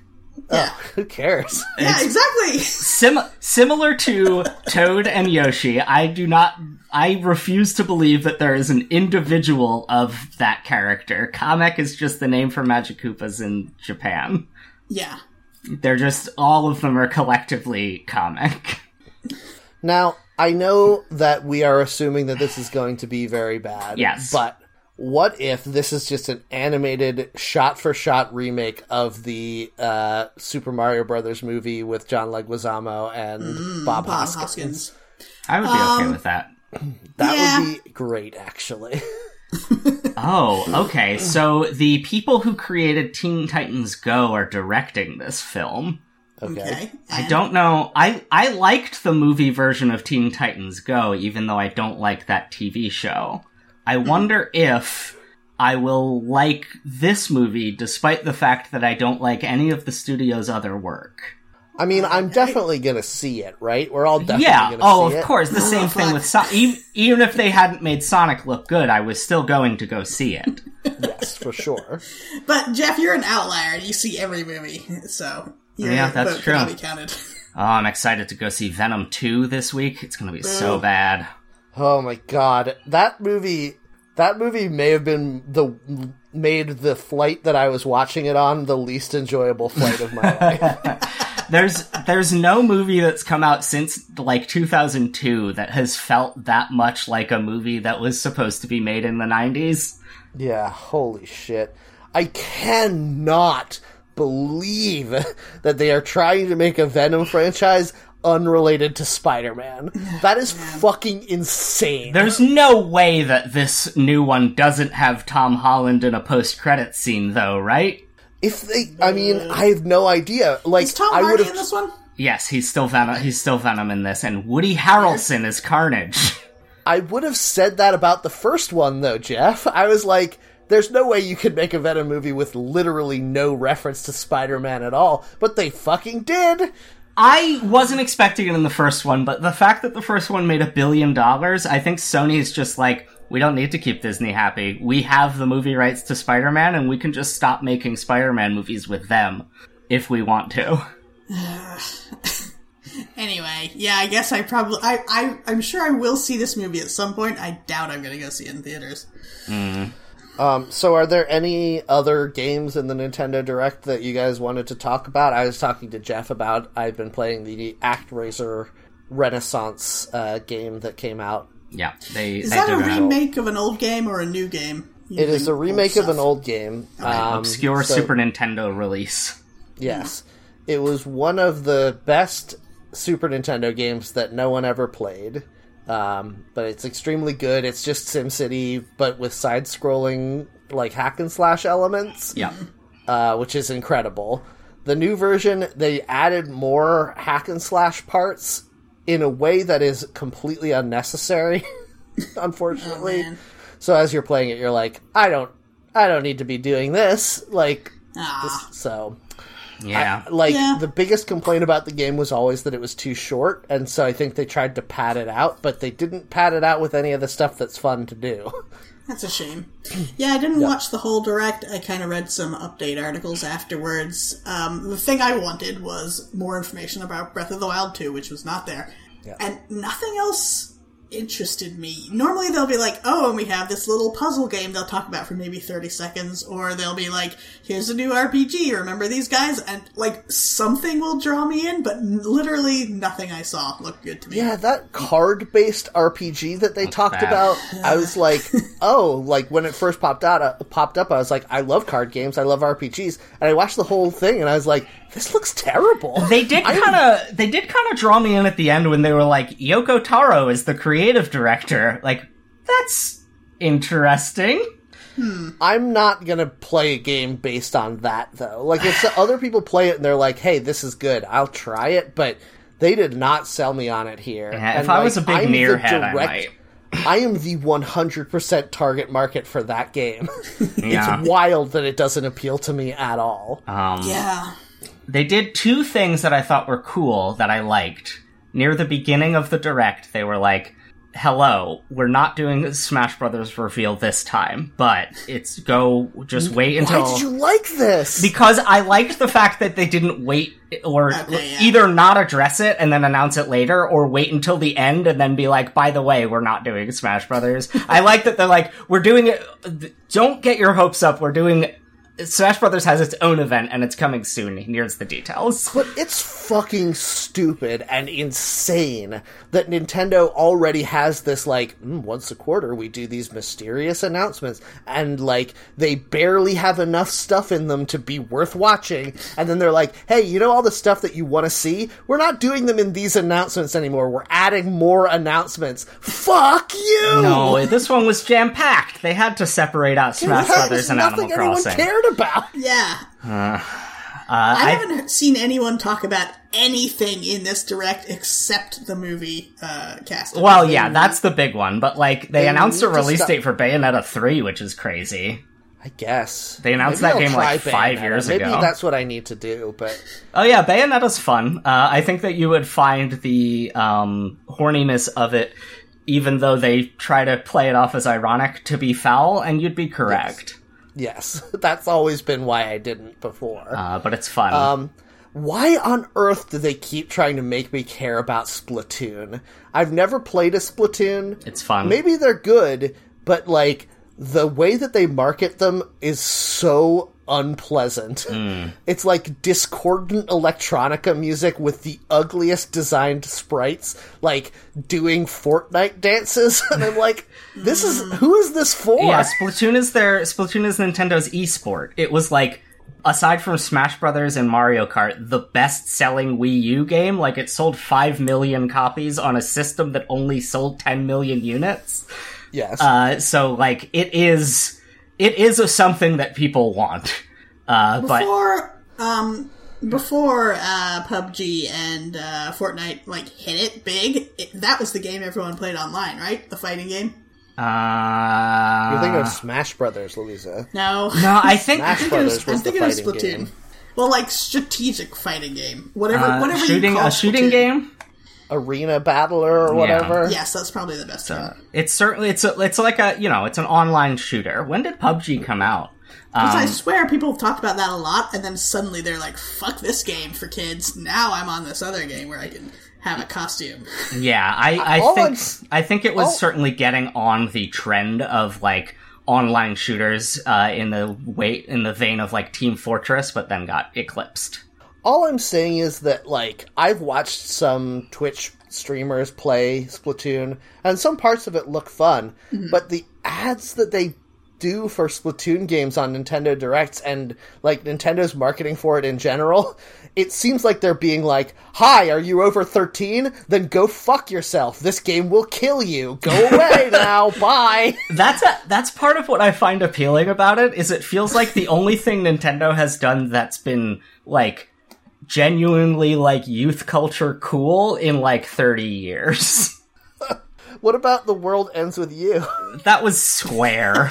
Yeah. Who cares? yeah, exactly. Sim- similar to Toad and Yoshi, I do not. I refuse to believe that there is an individual of that character. Kamek is just the name for Magic Koopas in Japan. Yeah. They're just all of them are collectively Kamek. Now, I know that we are assuming that this is going to be very bad. Yes. But what if this is just an animated shot for shot remake of the uh, Super Mario Brothers movie with John Leguizamo and Bob, Mm, Bob Hoskins? Hoskins. I would be okay with that. That Yeah. would be great, actually. Oh, okay. So the people who created Teen Titans Go are directing this film. okay. Okay. I and- don't know. I I liked the movie version of Teen Titans Go, even though I don't like that TV show. I Mm-hmm. wonder if I will like this movie, despite the fact that I don't like any of the studio's other work. I mean, I'm definitely going to see it, right? We're all definitely yeah. going to Oh, see of it. course. The same thing with so- even, even if they hadn't made Sonic look good, I was still going to go see it. Yes, for sure. But Jeff, you're an outlier. You see every movie, so your Yeah, that's vote cannot true. Be counted. Oh, I'm excited to go see Venom 2 this week. It's going to be so bad. Oh my god, that movie! That movie may have been the made the flight that I was watching it on the least enjoyable flight of my life. There's there's no movie that's come out since like 2002 that has felt that much like a movie that was supposed to be made in the 90s. Yeah, holy shit! I cannot believe that they are trying to make a Venom franchise unrelated to Spider-Man. That is fucking insane. There's no way that this new one doesn't have Tom Holland in a post-credit scene though, right? If they, I mean, I have no idea. Like, Is Tom I would Hardy in have this one? Yes, he's still Venom. He's still Venom in this, and Woody Harrelson is Carnage. I would have said that about the first one, though, Jeff. I was like, there's no way you could make a Venom movie with literally no reference to Spider Man at all, but they fucking did! I wasn't expecting it in the first one, but the fact that the first one made a billion dollars, I think Sony is just like, we don't need to keep Disney happy. We have the movie rights to Spider Man, and we can just stop making Spider Man movies with them if we want to. Anyway, yeah, I guess I probably I, I I'm sure I will see this movie at some point. I doubt I'm going to go see it in theaters. Um, so, are there any other games in the Nintendo Direct that you guys wanted to talk about? I was talking to Jeff about I've been playing the ActRaiser Renaissance uh, game that came out. Yeah, they. Is they that do a that. remake of an old game or a new game? It is a remake of an stuff. old game. Um, obscure so- Super Nintendo release? Yes. It was one of the best Super Nintendo games that no one ever played. Um, but it's extremely good. It's just SimCity, but with side scrolling, like hack and slash elements, Yeah, uh, which is incredible. The new version, they added more hack and slash parts in a way that is completely unnecessary, unfortunately. Oh, man. so as you're playing it, you're like, I don't. I don't need to be doing this. Like, Ah, so yeah. like Yeah. the biggest complaint about the game was always that it was too short and so i think they tried to pad it out but they didn't pad it out with any of the stuff that's fun to do that's a shame. Yeah, I didn't watch the whole direct. I kind of read some update articles afterwards. Um, the thing I wanted was more information about Breath of the Wild 2, which was not there, and nothing else interested me. Normally they'll be like, "Oh, and we have this little puzzle game they'll talk about for maybe 30 seconds," or they'll be like, "Here's a new RPG, remember these guys?" and like something will draw me in, but n- literally nothing I saw looked good to me. yeah that card based rpg that they talked bad. about i was like oh like when it first popped out uh, popped up i was like i love card games i love rpgs and i watched the whole thing and i was like this looks terrible They did kind of they did kind of draw me in at the end when they were like Yoko Taro is the creative director. Like that's interesting. I'm not gonna play a game based on that though. Like if the other people play it and they're like, "Hey, this is good," I'll try it. But they did not sell me on it here. Yeah, And, if I was a like, big I'm the near head, I direct- might. I am the 100% target market for that game. Yeah. it's wild that it doesn't appeal to me at all. Um, Yeah. They did two things that I thought were cool that I liked. Near the beginning of the direct, they were like, hello, we're not doing Smash Brothers reveal this time, but it's go just wait until Why did you like this? because I liked the fact that they didn't wait or Okay, yeah. either not address it and then announce it later or wait until the end and then be like, by the way, we're not doing Smash Brothers. I like that they're like, we're doing it. Don't get your hopes up. We're doing Smash Brothers has its own event and it's coming soon. Here's the details. But it's fucking stupid and insane that Nintendo already has this like mm, once a quarter we do these mysterious announcements and like they barely have enough stuff in them to be worth watching and then they're like hey you know all the stuff that you want to see we're not doing them in these announcements anymore we're adding more announcements fuck you No, this one was jam packed. They had to separate out Smash There's Brothers and nothing Animal anyone Crossing. cared about Yeah. Uh, I haven't seen anyone talk about anything in this direct except the movie uh, cast. Well, yeah, that's the big one. But like, they, announced a need to release stop- date for Bayonetta three, which is crazy. I guess They announced Maybe that I'll game, like, try five Bayonetta. years Maybe ago. that's what I need to do, but Oh yeah, Bayonetta's fun. Uh, I think that you would find the um, horniness of it, even though they try to play it off as ironic, to be foul, and you'd be correct. Yes, that's always been why I didn't before. Uh, but it's fun. um, why on earth do they keep trying to make me care about Splatoon? I've never played a Splatoon. it's fun. Maybe they're good, but like the way that they market them is so unpleasant. Hmm. It's like discordant electronica music with the ugliest designed sprites, like doing Fortnite dances, and I'm like, this is who is this for? Yeah, Splatoon is their Splatoon is Nintendo's esport. It was like aside from Smash Brothers and Mario Kart, the best-selling Wii U game. Like it sold 5 million copies on a system that only sold 10 million units. Yes. Uh, so like it is it is a something that people want. Uh, but before um before uh, PUBG and uh, Fortnite like hit it big. It, that was the game everyone played online, right? The fighting game. uh, You're thinking of Smash Brothers, Louisa. No, no, I think Smash I'm thinking of- Brothers was I'm the thinking of fighting Splatoon. game. Well, like strategic fighting game, whatever, uh, whatever shooting you call a shooting Splatoon. game. Arena Battler or whatever. Yes, that's probably the best. one. It's certainly it's a, it's like a you know it's an online shooter. When did PUBG come out? Because Um, I swear people have talked about that a lot, and then suddenly they're like, "Fuck this game for kids." Now I'm on this other game where I can have a costume. Yeah, I, I all think I'm- I think it was all- certainly getting on the trend of like online shooters uh, in the way in the vein of like Team Fortress, but then got eclipsed. All I'm saying is that like I've watched some Twitch streamers play Splatoon and some parts of it look fun, but the ads that they do for Splatoon games on Nintendo Directs and like Nintendo's marketing for it in general, it seems like they're being like, "Hi, are you over 13? Then go fuck yourself. This game will kill you. Go away now. Bye." That's a, that's part of what I find appealing about it is it feels like the only thing Nintendo has done that's been like genuinely like youth culture cool in like 30 years. What about the world ends with you? That was Square.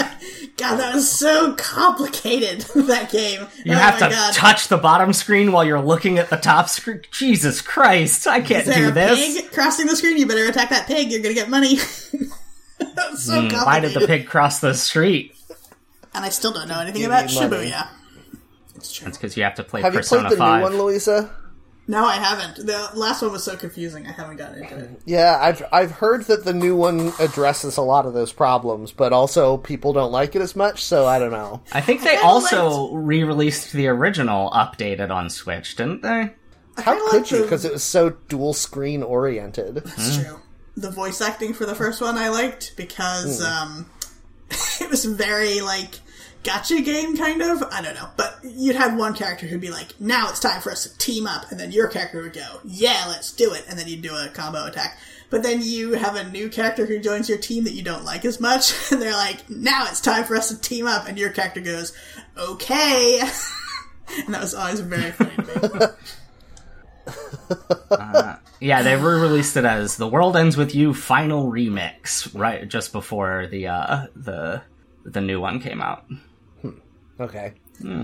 God, that was so complicated. that game. You oh have my to God. touch the bottom screen while you're looking at the top screen. Jesus Christ, I can't Is there do a this. pig crossing the screen? You better attack that pig. You're gonna get money. That's so complicated. Mm, Why did the pig cross the street? and I still don't know anything Give about me money. Shibuya. It's true. That's because you have to play Have you Persona played the 5. new one, Louisa? No, I haven't. The last one was so confusing. I haven't gotten into it. Yeah, I've I've heard that the new one addresses a lot of those problems, but also people don't like it as much, so I don't know. I think they I also re released the original updated on Switch, didn't they? How kinda could like you? the- Because it was so dual screen oriented. It's true. The voice acting for the first one I liked because um, it was very like gotcha game kind of. I don't know, but you'd have one character who'd be like, "Now it's time for us to team up," and then your character would go, "Yeah, let's do it," and then you'd do a combo attack. But then you have a new character who joins your team that you don't like as much, and they're like, "Now it's time for us to team up," and your character goes, "Okay." and that was always very funny to me. Yeah, they re released it as The World Ends With You Final Remix, right just before the uh, the the new one came out. Okay. I feel Hmm.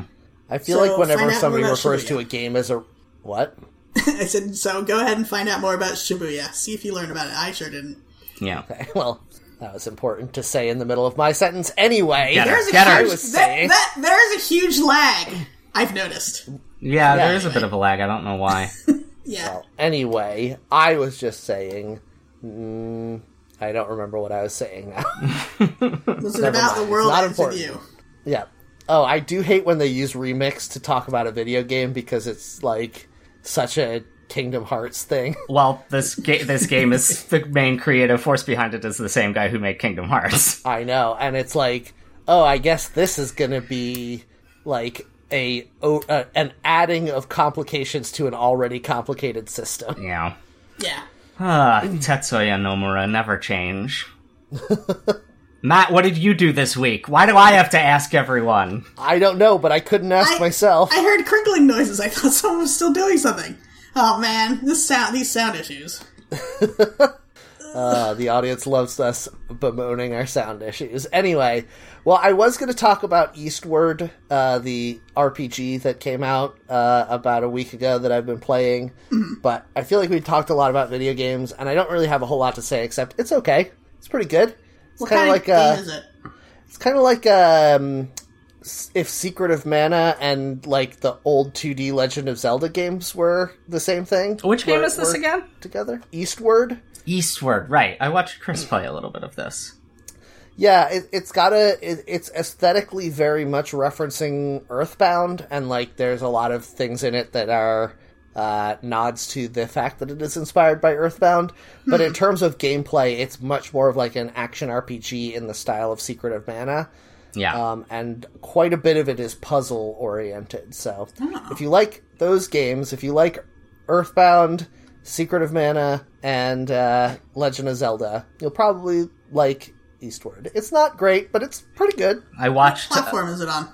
So, like whenever find out somebody more about refers to Shibuya. a game as a what? I said, so go ahead and find out more about Shibuya. See if you learn about it. I sure didn't. Yeah. Okay, well, that was important to say in the middle of my sentence anyway. Get her. There's a Get her. I huge, was that- saying. that- there's a huge lag. I've noticed. Yeah, Yeah. there is a bit of a lag. I don't know why. Yeah. Anyway, I was just saying. Mm, I don't remember what I was saying now. was it about mind. the world It's not ends with important. you? Yeah. Oh, I do hate when they use remix to talk about a video game because it's like such a Kingdom Hearts thing. well, this ga- this game is the main creative force behind it is the same guy who made Kingdom Hearts. I know, and it's like, oh, I guess this is gonna be like a o- uh, an adding of complications to an already complicated system. Yeah. Yeah. Ah, Tetsuya Nomura never change. Matt, what did you do this week? Why do I have to ask everyone? I don't know, but I couldn't ask I- myself. I heard crinkling noises. I thought someone was still doing something. Oh man, this sound, these sound issues. Uh, the audience loves us bemoaning our sound issues. Anyway, well, I was going to talk about Eastward, uh, the RPG that came out uh, about a week ago that I've been playing, but I feel like we talked a lot about video games, and I don't really have a whole lot to say except it's okay. It's pretty good. It's What kinda kind of like game uh, is it? it's kind of like um, s- if Secret of Mana and like the old 2D Legend of Zelda games were the same thing. Which game were- is this were again? Together, Eastward. Eastward, right. I watched Chris play a little bit of this. Yeah, it, it's got a. It, it's aesthetically very much referencing Earthbound, and like there's a lot of things in it that are uh, nods to the fact that it is inspired by Earthbound. But in terms of gameplay, it's much more of like an action RPG in the style of Secret of Mana, Yeah. um, and quite a bit of it is puzzle oriented. So if you like those games, if you like Earthbound, Secret of Mana, and uh, Legend of Zelda, you'll probably like Eastward. It's not great, but it's pretty good. I watched uh, Platform is it on?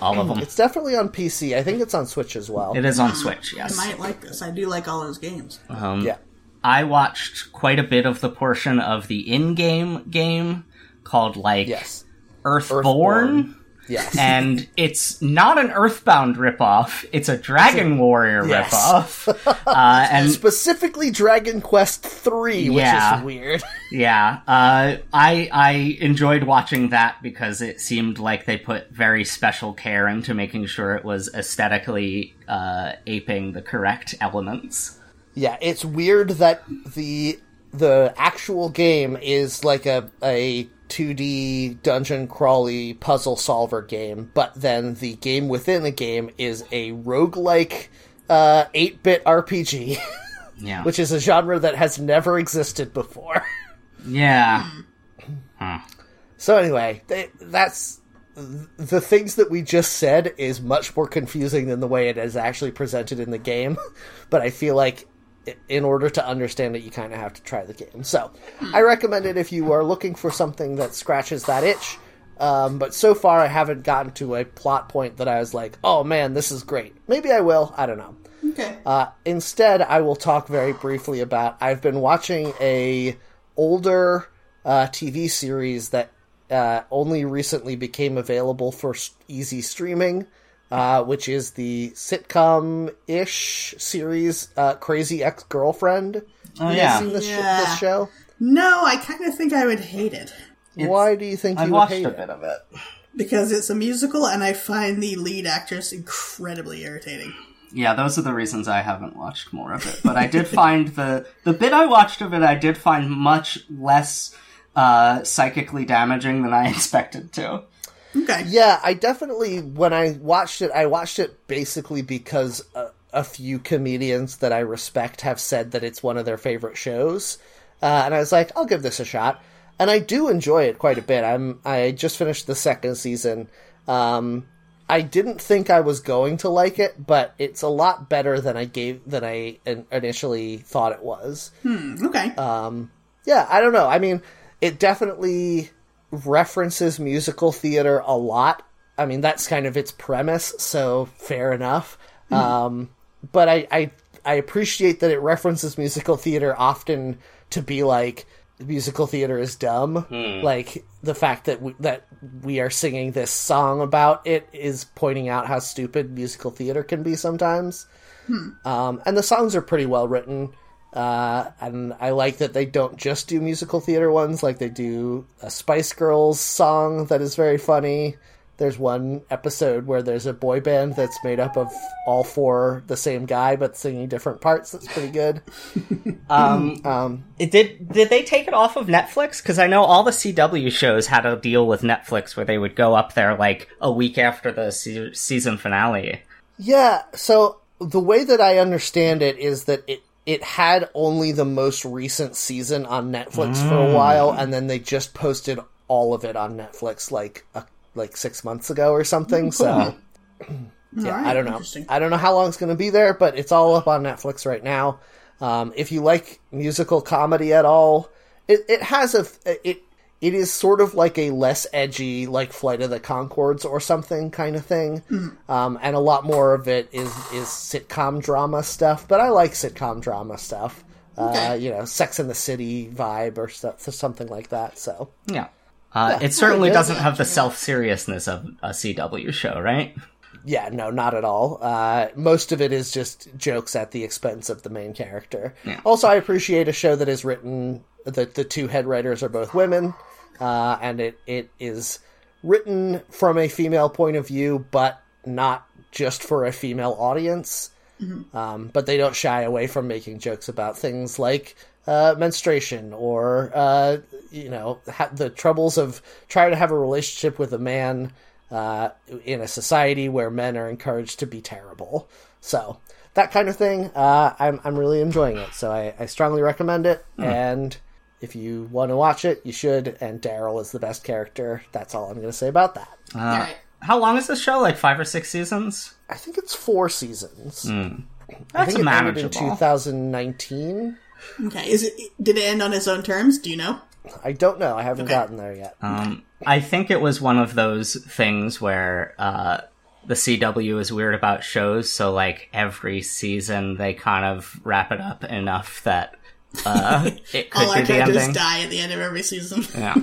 all of them. It's definitely on PC. I think it's on Switch as well. It is on Switch, I yes. might like this. I do like all those games. Um, Yeah. I watched quite a bit of the portion of the in-game game called like Yes. Earthborn, Earthborn. Yes. and it's not an Earthbound ripoff; it's a Dragon Warrior Yes. ripoff. Uh, and Specifically Dragon Quest 3, which Yeah. is weird. yeah, uh, I I enjoyed watching that because it seemed like they put very special care into making sure it was aesthetically uh, aping the correct elements. Yeah, it's weird that the the actual game is like a a 2D dungeon crawly puzzle solver game, but then the game within the game is a roguelike uh 8-bit RPG, Yeah, which is a genre that has never existed before. yeah. So anyway, th- that's the things that we just said is much more confusing than the way it is actually presented in the game. But I feel like i- in order to understand it, you kind of have to try the game. So I recommend it if you are looking for something that scratches that itch. Um, but so far, I haven't gotten to a plot point that I was like, "Oh man, this is great." Maybe I will. I don't know. Okay. Uh, instead, I will talk very briefly about. I've been watching a older uh, TV series that uh, only recently became available for s- easy streaming, uh, which is the sitcom ish series uh, Crazy Ex Girlfriend. Oh Seen yeah, this, sh- Yeah. this show? no, I kind of think I would hate it Why do you think I you would watched hate a it? bit of it. because it's a musical, and I find the lead actress incredibly irritating. Yeah, those are the reasons I haven't watched more of it. But I did find the the bit I watched of it, I did find much less uh, psychically damaging than I expected to. Okay. Yeah, I definitely when I watched it, I watched it basically because a, a few comedians that I respect have said that it's one of their favorite shows, uh, and I was like, I'll give this a shot, and I do enjoy it quite a bit. I'm I just finished the second season. Um, I didn't think I was going to like it, but it's a lot better than I gave than I in- initially thought it was Okay. Uh, yeah, I don't know. I mean, it definitely references musical theater a lot. I mean, that's kind of its premise, so fair enough. Um, but I, I I appreciate that it references musical theater often to be like musical theater is dumb. Like the fact that we, that we are singing this song about it is pointing out how stupid musical theater can be sometimes. Um, and the songs are pretty well written. Uh, and I like that they don't just do musical theater ones, like they do a Spice Girls song that is very funny. There's one episode where there's a boy band that's made up of all four the same guy but singing different parts. That's pretty good. Um, Um, it did did they take it off of Netflix? Because I know all the CW shows had a deal with Netflix where they would go up there like a week after the se- season finale. Yeah, so the way that I understand it is that it it had only the most recent season on Netflix for a while and then they just posted all of it on Netflix like a, like 6 months ago or something. So yeah, Alright, I don't know. Interesting. I don't know how long it's going to be there, but it's all up on Netflix right now. Um, if you like musical comedy at all, it, it has a it it is sort of like a less edgy like Flight of the Concords or something kind of thing, Mm-hmm. um, and a lot more of it is is sitcom drama stuff. But I like sitcom drama stuff. Uh, Okay. you know, Sex in the City vibe or stuff, something like that. So Yeah. Uh, it certainly doesn't have the self seriousness of a CW show, right? Yeah, no, not at all. Uh, most of it is just jokes at the expense of the main character. Also, I appreciate a show that is written that the two head writers are both women, uh, and it it is written from a female point of view, but not just for a female audience. Um, but they don't shy away from making jokes about things like uh, menstruation or uh, you know ha- the troubles of trying to have a relationship with a man uh, in a society where men are encouraged to be terrible. So that kind of thing, uh, I'm I'm really enjoying it. So I, I strongly recommend it. And if you want to watch it, you should. And Daryl is the best character. That's all I'm going to say about that. All right. How long is this show? Like five or six seasons? I think it's four seasons. I That's think it ended in manageable. 2019. Okay. Is it? Did it end on its own terms? Do you know? I don't know. I haven't gotten there yet. Um, I think it was one of those things where uh, the CW is weird about shows, so like every season they kind of wrap it up enough that uh, it could All be our the characters ending. die at the end of every season. Yeah,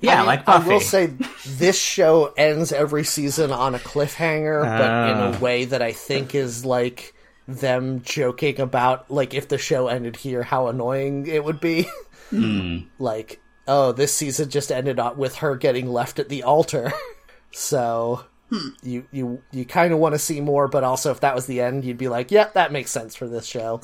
yeah, like Buffy. I will say this show ends every season on a cliffhanger, but in Ah. a way that I think is like them joking about like if the show ended here, how annoying it would be. Hmm. like, oh, this season just ended up with her getting left at the altar. so Hmm. you you you kind of want to see more, but also if that was the end, you'd be like, yep, that makes sense for this show.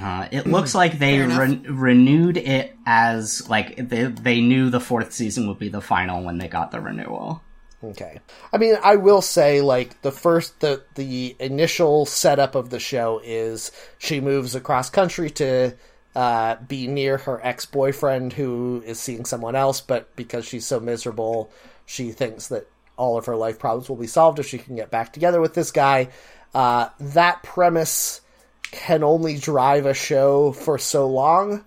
Uh, it looks like they re- renewed it as like they, they knew the fourth season would be the final when they got the renewal. Okay. I mean, I will say like the first the the initial setup of the show is she moves across country to uh, be near her ex boyfriend who is seeing someone else, but because she's so miserable, she thinks that all of her life problems will be solved if she can get back together with this guy. Uh, that premise can only drive a show for so long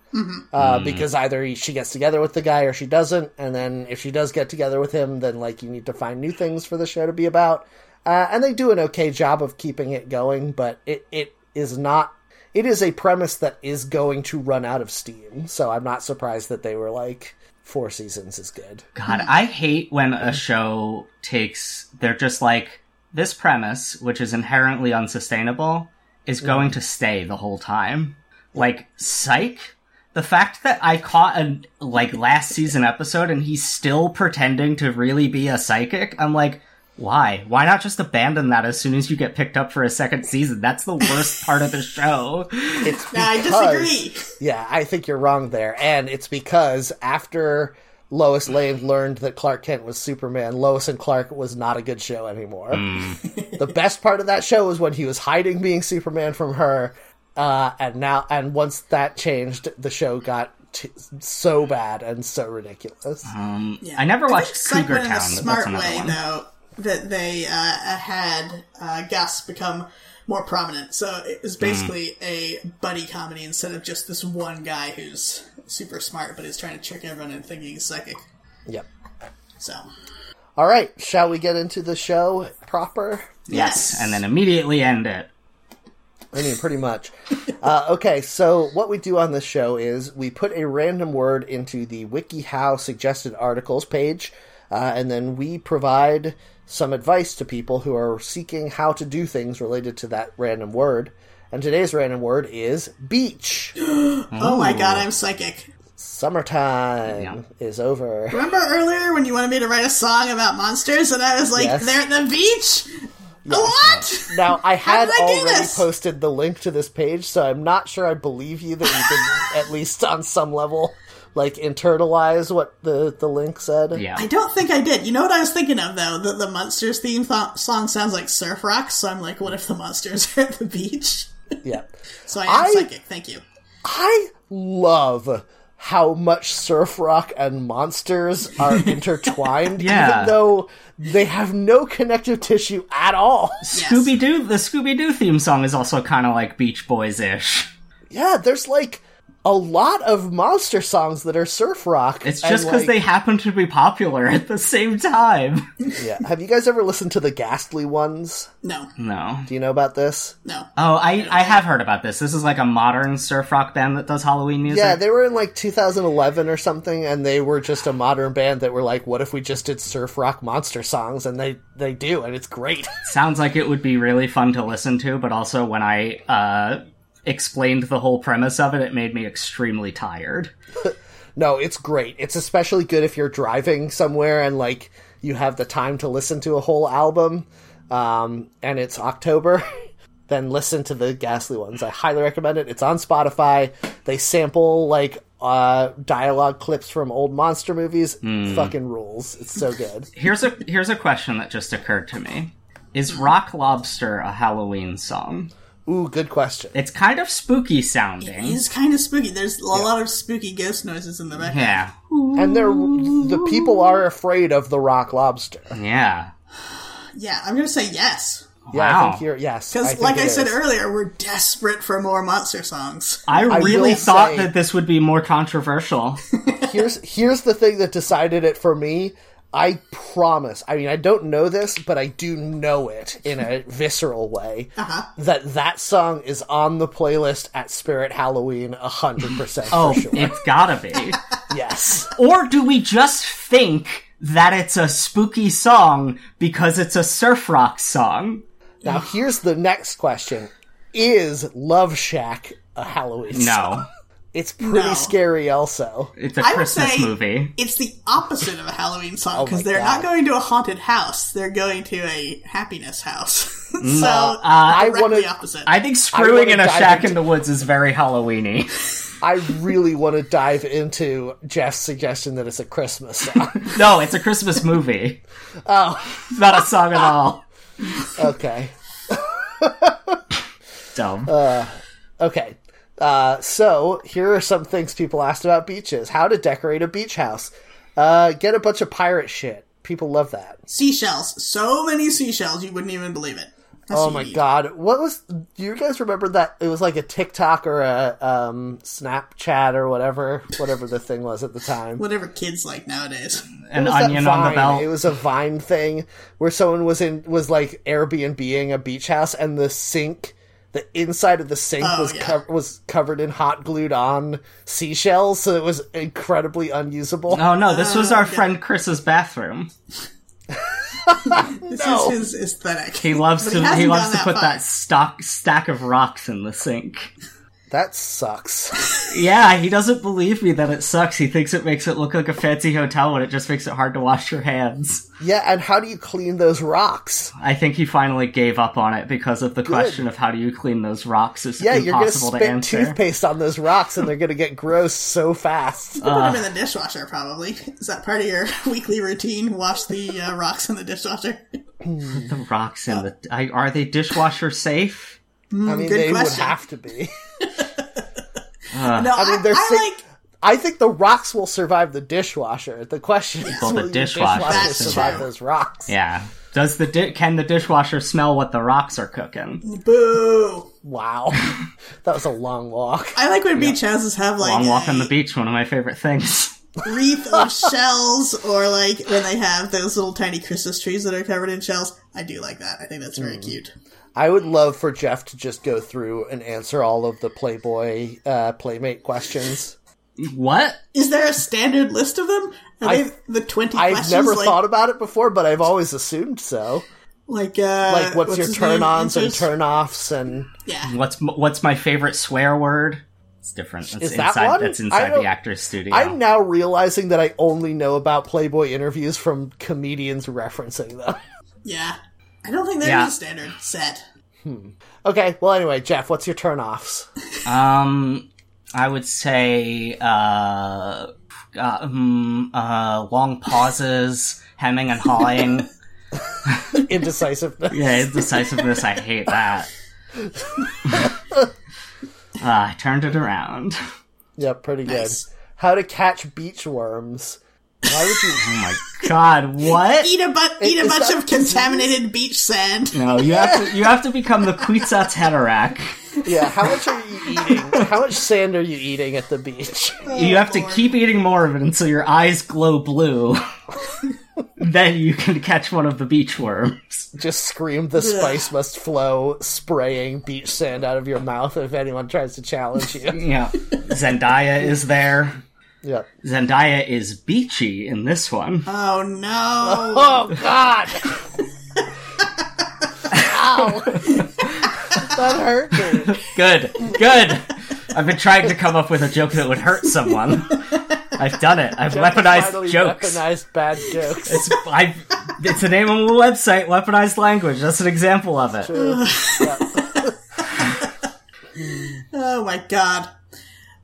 uh, because either she gets together with the guy or she doesn't and then if she does get together with him then like you need to find new things for the show to be about uh, and they do an okay job of keeping it going but it, it is not it is a premise that is going to run out of steam so i'm not surprised that they were like four seasons is good God, Hmm. I hate when a show takes, they're just like, this premise, which is inherently unsustainable, is Hmm. going to stay the whole time. Like, psych? The fact that I caught a, like, last season episode and he's still pretending to really be a psychic, I'm like, why? Why not just abandon that as soon as you get picked up for a second season? That's the worst part of the show. it's Nah, I because- disagree. Yeah, I think you're wrong there. And it's because after Lois Lane learned that Clark Kent was Superman, Lois and Clark was not a good show anymore. the best part of that show was when he was hiding being Superman from her. Uh, and now, and once that changed, the show got t- so bad and so ridiculous. Um, Yeah. I never watched think Psych Cougar went in Town. a but smart that's another way, one. though, that they uh, had uh, Gus become more prominent. So it Hmm. was basically a buddy comedy instead of just this one guy who's super smart but is trying to trick everyone into thinking he's psychic. Yep. So All right, shall we get into the show proper? Yes, Yes. and then immediately end it. I mean, pretty much. Uh, okay, so what we do on this show is we put a random word into the WikiHow suggested articles page, uh, and then we provide some advice to people who are seeking how to do things related to that random word. And today's random word is beach. Oh my god, I'm psychic. Summertime is over. Remember earlier when you wanted me to write a song about monsters and I was like, Yes. they're at the beach? What? Now I had did I do already this? posted the link to this page, so I'm not sure I believe you that you didn't at least on some level like internalize what the the link said. Yeah. I don't think I did. You know what I was thinking of though? That the monsters theme th- song sounds like surf rock, so I'm like, what if the monsters are at the beach? Yeah. So I am I- psychic. Thank you. I love how much surf rock and monsters are intertwined, Yeah. even though they have no connective tissue at all. Scooby Doo, the Scooby Doo theme song is also kind of like Beach Boys ish. Yeah, there's like a lot of monster songs that are surf rock. It's and, just because like- they happen to be popular at the same time. Yeah. Have you guys ever listened to the Ghastly Ones? No, No. Do you know about this? no. Oh, I, I have heard about this. This is like a modern surf rock band that does Halloween music. Yeah, they were in like 2011 or something, and they were just a modern band that were like, "What if we just did surf rock monster songs?" And they they do, and it's great. Sounds like it would be really fun to listen to, but also when I uh, explained the whole premise of it, it made me extremely tired. No, it's great. It's especially good if you're driving somewhere and like you have the time to listen to a whole album, um, and it's October. then listen to the Ghastly ones. I highly recommend it. It's on Spotify. They sample like uh, dialogue clips from old monster movies. Fucking rules. It's so good. Here's a here's a question that just occurred to me. Mm-hmm. Is Rock Lobster a Halloween song? Ooh, good question. It's kind of spooky sounding. It's kind of spooky. There's a lot of spooky ghost noises in the background. Yeah. And they're the people are afraid of the rock lobster. Yeah. Yeah, I'm gonna say yes Yeah, I Wow. think you're yes. because, think like it I said is. earlier, we're desperate for more monster songs. I really will thought say- that this would be more controversial. here's here's the thing that decided it for me. I promise. I mean, I don't know this, but I do know it in a visceral way Uh-huh. that that song is on the playlist at Spirit Halloween hundred percent. Oh, for sure. it's gotta be. yes, or do we just think that it's a spooky song because it's a surf rock song? Now here's the next question: Is Love Shack a Halloween? song? No. it's pretty No. scary. Also, It's a I would Christmas say- movie. It's the opposite of a Halloween song because Oh my they're God. not going to a haunted house; they're going to a happiness house. so uh, I directly want to. opposite. I think I screwing wanna in a dive shack into- in the woods is very Halloweeny. I really want to dive into Jeff's suggestion that it's a Christmas song. no, it's a Christmas movie. Oh, it's not a song at Uh, all. okay. Dumb. Okay. Uh, so here are some things people asked about beaches: how to decorate a beach house, uh, get a bunch of pirate shit. People love that. seashells, so many seashells, you wouldn't even believe it. That's Oh what my you need. god, what was? Do you guys remember that? It was like a TikTok or a um, Snapchat or whatever, whatever the thing was at the time. Whatever kids like nowadays. An was that onion on the Vine? belt. It was a vine thing where someone was in was like Airbnb-ing a beach house, and the sink, the inside of the sink Oh, was yeah. cov- was covered in hot glued on seashells, so it was incredibly unusable. oh no, this was our friend Chris's bathroom. This No. is his aesthetic. He loves But to he, hasn't loves to gone put far. that stock stack of rocks in the sink. That sucks. Yeah, he doesn't believe me that it sucks. He thinks it makes it look like a fancy hotel when it just makes it hard to wash your hands. yeah, and how do you clean those rocks? I think he finally gave up on it because of the question of how do you clean those rocks is Yeah, you're gonna impossible to spit answer. toothpaste on those rocks, and they're gonna get gross so fast. Put them in the dishwasher, probably. Is that part of your weekly routine? Wash the uh, rocks in the dishwasher. The rocks in the Uh. I, are they dishwasher safe? I mean, Mm, good they would question. have to be. No, I, mean, they're I sick- like I think the rocks will survive the dishwasher. The question is, Well, the will your dishwasher dishwasher is survive true. those rocks? Yeah. Does the di- can the dishwasher smell what the rocks are cooking? Boo! Wow, that was a long walk. I like when beach houses have like Long walk a on the beach, one of my favorite things. wreath of shells, or like when they have those little tiny Christmas trees that are covered in shells. I do like that. I think that's Mm. very cute. I would love for Jeff to just go through and answer all of the Playboy uh, Playmate questions. What? Is there a standard list of them? Are I- they the twenty I've questions? never like, thought about it before, but I've always assumed so. Like, uh, like what's, your his turn name? ons and Answers? turn offs and Yeah, What's m- what's my favorite swear word? It's different. That's Is that inside, one? That's I inside don't- the actor's studio. I'm now realizing that I only know about Playboy interviews from comedians referencing them. yeah. I don't think there's Yeah. a standard set. okay, well anyway, Jeff, what's your turn offs? Um, I would say uh, uh, um, uh, long pauses, hemming and hawing. Indecisiveness. yeah, indecisiveness. I hate that. uh, I turned it around. Yeah, pretty Nice. good. How to catch beach worms. Why would you Oh my god, what? Eat a but eat a is bunch that of contaminated beach sand. No, you have to you have to become the Quetzal Tesseract. Yeah, how much are you eating? How much sand are you eating at the beach? You have to Lord. keep eating more of it until your eyes glow blue. then you can catch one of the beach worms. Just scream the spice must flow, spraying beach sand out of your mouth if anyone tries to challenge you. Yeah. Zendaya is there. Yeah. Zendaya is beachy in this one. Oh no! Oh god. Ow. that hurt me. Good, good. I've been trying to come up with a joke that would hurt someone. I've done it. I've Finally weaponized jokes. Weaponized bad jokes. It's, I've, it's the name of the website, Weaponized Language. That's an example of it. Oh my god.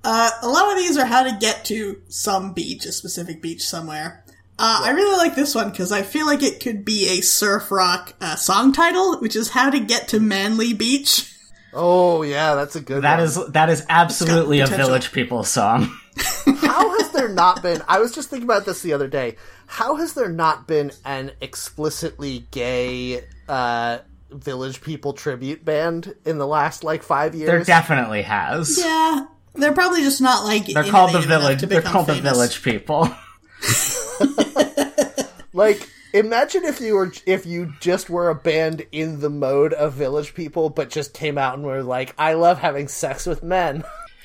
Uh, a lot of these are how to get to some beach, a specific beach somewhere. Uh, I really like this one because I feel like it could be a surf rock uh, song title, which is How to Get to Manly Beach. Oh yeah, that's a good That one. is that is absolutely a potential. Village People song. How has there not been? I was just thinking about this the other day. How has there not been an explicitly gay uh, Village People tribute band in the last like five years? There definitely has. Yeah, they're probably just not like They're called the innovative enough Village. to They're become called the famous. Uh-huh. Village People. Like, imagine if you were if you just were a band in the mode of Village People, but just came out and were like, "I love having sex with men."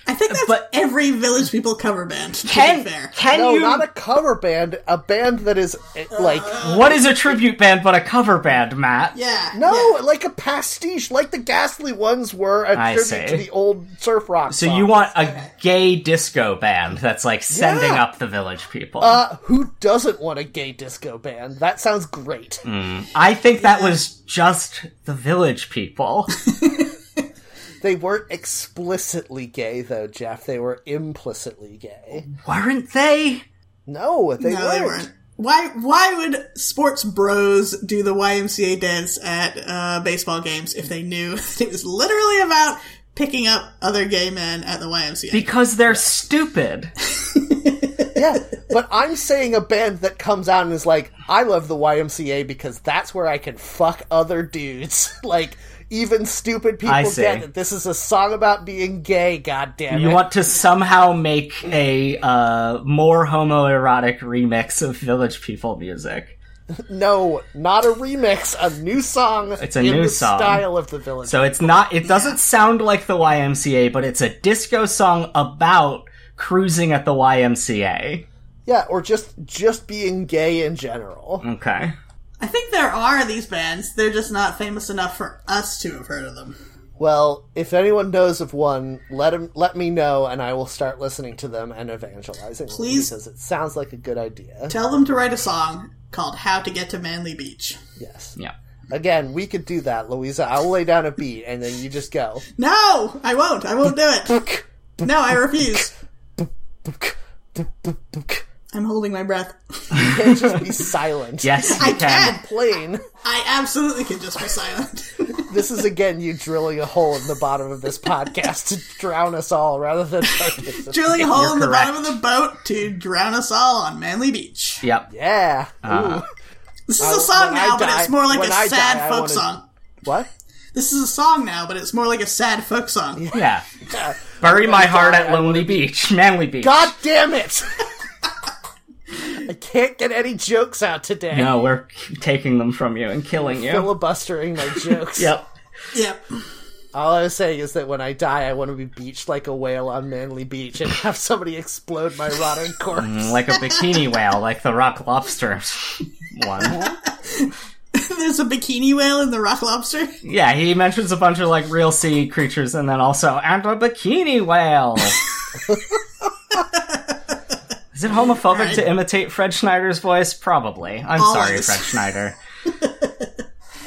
I think that's But- every Village People cover band. To Can, be fair, can No, you? not a cover band, a band that is eh, like. What is a tribute band but a cover band, Matt? yeah, No, yeah. like a pastiche, like the Ghastly Ones were a I tribute see. to the old surf rock. So you want a gay disco band that's like sending Yeah. up the Village People? Uh, who doesn't want a gay disco band? That sounds great. Mm. I think that was just the Village People. They weren't explicitly gay, though, Jeff. They were implicitly gay. Weren't they? No, they, no, weren't. they weren't. Why? Why would sports bros do the YMCA dance at uh, baseball games if they knew it was literally about picking up other gay men at the YMCA? Because they're stupid. Yeah, but I'm saying a band that comes out and is like, I love the YMCA because that's where I can fuck other dudes. like, even stupid people I see. get that this is a song about being gay, goddammit. You want to somehow make a uh, more homoerotic remix of Village People music. No, not a remix, a new song. It's a in new the song. style of the village. So it's not, it doesn't sound like the YMCA, but it's a disco song about cruising at the YMCA. yeah, or just just being gay in general. Okay. I think there are these bands. They're just not famous enough for us to have heard of them. Well, if anyone knows of one, let him, let me know, and I will start listening to them and evangelizing. them, Please. because it sounds like a good idea. Tell them to write a song called "How to Get to Manly Beach." Yes. Yeah. Again, we could do that, Louisa. I'll lay down a beat, and then you just go. No, I won't. I won't do it. No, I refuse. I'm holding my breath. Can't just be silent. Yes, you I can. can. Plain. I absolutely can just be silent. This is again you drilling a hole in the bottom of this podcast to drown us all, rather than drilling a hole You're in the bottom of correct. the boat to drown us all on Manly Beach. Yep. Yeah. Ooh. This is a Uh, when song I now, but die- it's more like when a I sad die, I folk wanna- song. What? This is a song now, but it's more like a sad folk song. Yeah. Bury my heart at Lonely Beach, Manly Beach. God damn it! I can't get any jokes out today. No, we're taking them from you and killing you. Filibustering my jokes. Yep. Yep. All I was saying is that when I die, I want to be beached like a whale on Manly Beach and have somebody explode my rotting Mm. corpse. Like a bikini whale, like the rock lobster one. There's there's a bikini whale in the rock lobster? Yeah, he mentions a bunch of like real sea creatures and then also and a bikini whale. Is it homophobic Right. to imitate Fred Schneider's voice? Probably. I'm sorry, Always. Fred Schneider. Oh,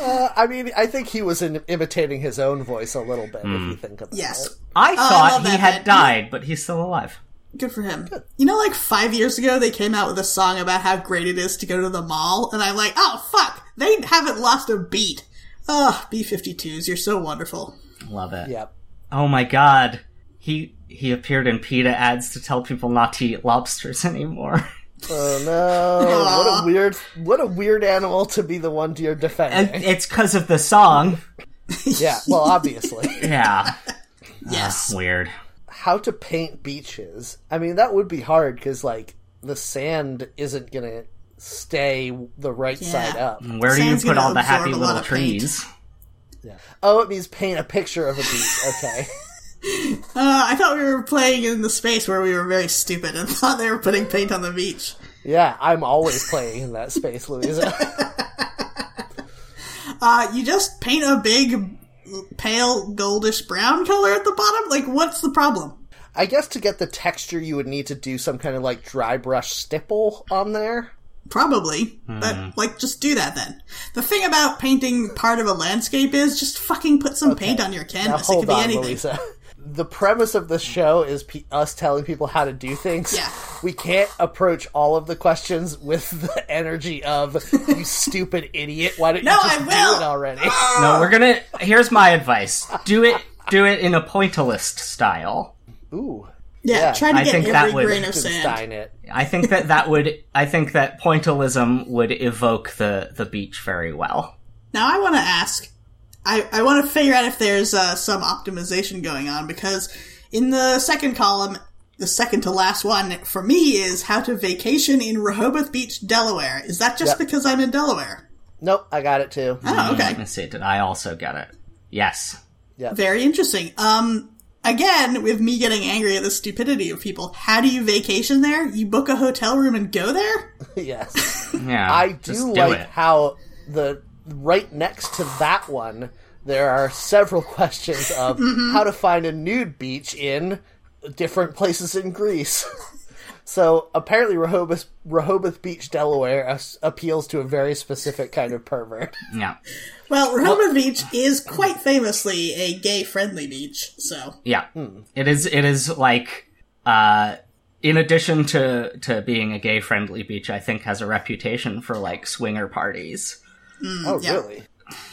Uh, I mean, I think he was in, imitating his own voice a little bit, if you think about Yes. it. I thought love he that had bit. died, but he's still alive. Good for him. You know, like five years ago, they came out with a song about how great it is to go to the mall, and I'm like, oh fuck, they haven't lost a beat. Ugh, B52s, you're so wonderful. Love it. Yep. Oh my god. He he appeared in PETA ads to tell people not to eat lobsters anymore. Oh no! what a weird, what a weird animal to be the one you're defending. and it's because of the song. yeah. Well, obviously, Yeah. Yes. Weird. how to paint beaches. I mean, that would be hard because like the sand isn't gonna stay the right Yeah. side up. Where do Sand's you put gonna all the happy absorb a lot little of paint. trees? Oh, it means paint a picture of a beach. Okay. Uh, I thought we were playing in the space where we were very stupid and thought they were putting paint on the beach. yeah, I'm always playing in that space, Louisa. Uh, you just paint a big, pale, goldish brown color at the bottom? Like, what's the problem? I guess to get the texture, you would need to do some kind of like dry brush stipple on there. Probably. Hmm. But, like, just do that then. The thing about painting part of a landscape is just fucking put some paint on your Now, canvas. it could hold be on, anything. Louisa. The premise of the show is pe- us telling people how to do things. Yeah. We can't approach all of the questions with the energy of "you stupid idiot." Why don't No, you just I do will! Ah. it already? No, we're gonna. Here's my advice: do it, do it in a pointillist style. Ooh, Yeah, Yeah, try to I get think every that would grain of sand. Stein it. I think that that would. I think that pointillism would evoke the the beach very well. Now, I want to ask. I, I want to figure out if there's uh, some optimization going on because in the second column, the second to last one for me is how to vacation in Rehoboth Beach, Delaware. Is that just Yep. because I'm in Delaware? Nope, I got it too. Oh, okay. Let me see. Did I also get it? Yes. Very interesting. Um, again, with me getting angry at the stupidity of people, how do you vacation there? You book a hotel room and go there? yes. Yeah. I do, just like it. how the right next to that one there are several questions of how to find a nude beach in different places in Greece. so apparently Rehoboth Rehoboth Beach, Delaware as- appeals to a very specific kind of pervert. Yeah. Well, Rehoboth Beach is quite famously a gay-friendly beach, so Yeah. Hmm. It is. It is like. Uh, in addition to to being a gay friendly beach, I think has a reputation for like swinger parties. oh, yeah. really?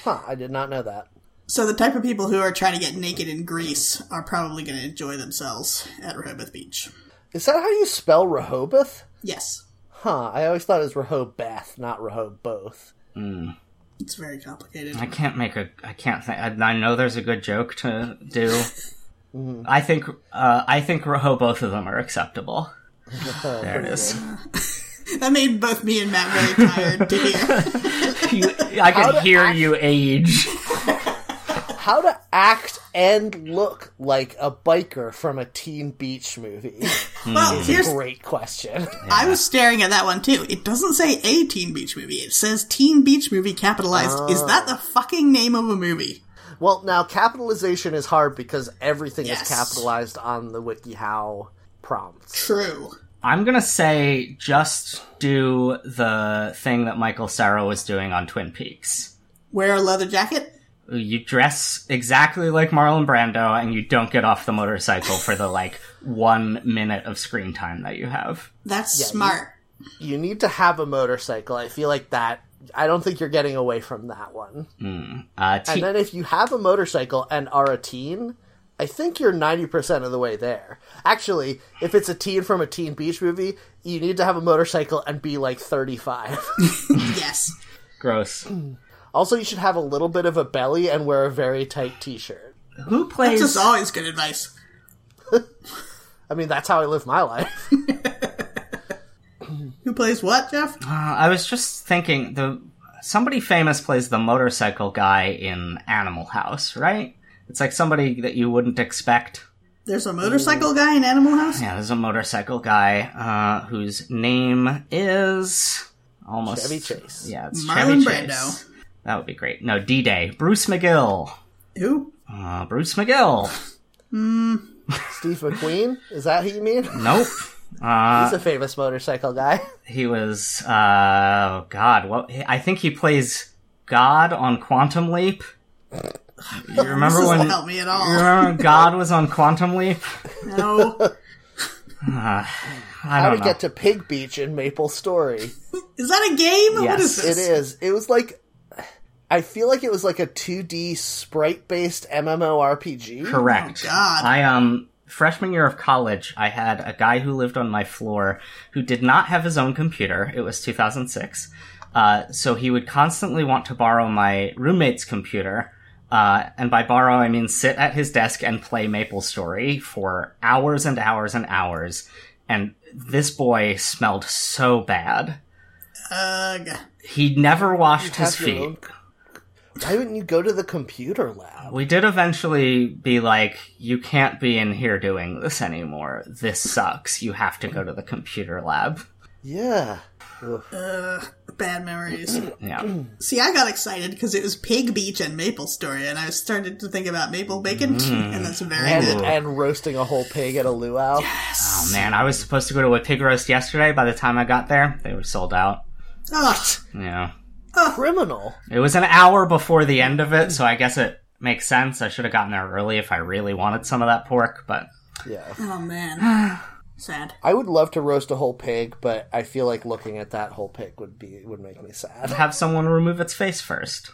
Huh, I did not know that. so the type of people who are trying to get naked in Greece are probably going to enjoy themselves at Rehoboth Beach. Is that how you spell Rehoboth? Yes, Huh, I always thought it was Rehoboth, not Rehoboth. it's very complicated. I can't make a. I can't think. I, I know there's a good joke to do. I think. Uh, I think Roho. Both of them are acceptable. there it is. That made both me and Matt very tired to hear. You, I can hear you age. How to act and look like a biker from a Teen Beach movie. Well, here's Great question. I was staring at that one too. It doesn't say a Teen Beach movie. It says Teen Beach movie capitalized. Is that the fucking name of a movie? Well, now capitalization is hard because everything Yes. is capitalized on the WikiHow prompt. True. I'm gonna say just do the thing that Michael Sarah was doing on Twin Peaks. Wear a leather jacket. You dress exactly like Marlon Brando, and you don't get off the motorcycle for the like one minute of screen time that you have. That's smart. You need to have a motorcycle. I feel like that. I don't think you're getting away from that one. Uh, T- And then if you have a motorcycle and are a teen, I think you're 90% of the way there. Actually, if it's a teen from a Teen Beach movie, you need to have a motorcycle and be like 35. Yes. gross. also, you should have a little bit of a belly and wear a very tight t shirt. Who plays? This is always good advice. I mean, that's how I live my life. Who plays what, Jeff? Uh, I was just thinking the somebody famous plays the motorcycle guy in Animal House, right? It's like somebody that you wouldn't expect. There's a motorcycle guy in Animal House? Yeah, there's a motorcycle guy uh, whose name is almost Chevy Chase. Yeah, it's Marlon Chevy Chase. Brando. That would be great. No, D Day. Bruce McGill. Who? Uh, Bruce McGill. Steve McQueen? Is that who you mean? Nope. Uh, He's a famous motorcycle guy. he was. Uh, oh God. What? I think he plays God on Quantum Leap. You This remember doesn't when? help me at all. You remember when God was on Quantum Leap? No. I How to don't know. get to Pig Beach in Maple Story. Is that a game? What is Yes, It this? is. It was like I feel like it was like a 2D sprite based MMORPG. Correct. Oh, God. I um freshman year of college, I had a guy who lived on my floor who did not have his own computer. It was 2006. Uh, so he would constantly want to borrow my roommate's computer. Uh, and by borrow, I mean sit at his desk and play Maple Story for hours and hours and hours. And this boy smelled so bad. Ugh. He never washed his have your feet. own- Why wouldn't you go to the computer lab? We did eventually be like, you can't be in here doing this anymore. This sucks. You have to go to the computer lab. Yeah. Bad memories. Yeah. See, I got excited because it was Pig Beach and Maple Story, and I started to think about maple bacon, Mm. and that's very And, good. and roasting a whole pig at a luau. Oh man, I was supposed to go to a pig roast yesterday. By the time I got there, they were sold out. Ugh. Yeah. Criminal. It was an hour before the end of it, so I guess it makes sense. I should have gotten there early if I really wanted some of that pork, but Yeah. Oh man. Sad. I would love to roast a whole pig, but I feel like looking at that whole pig would be would make me sad. have someone remove its face first.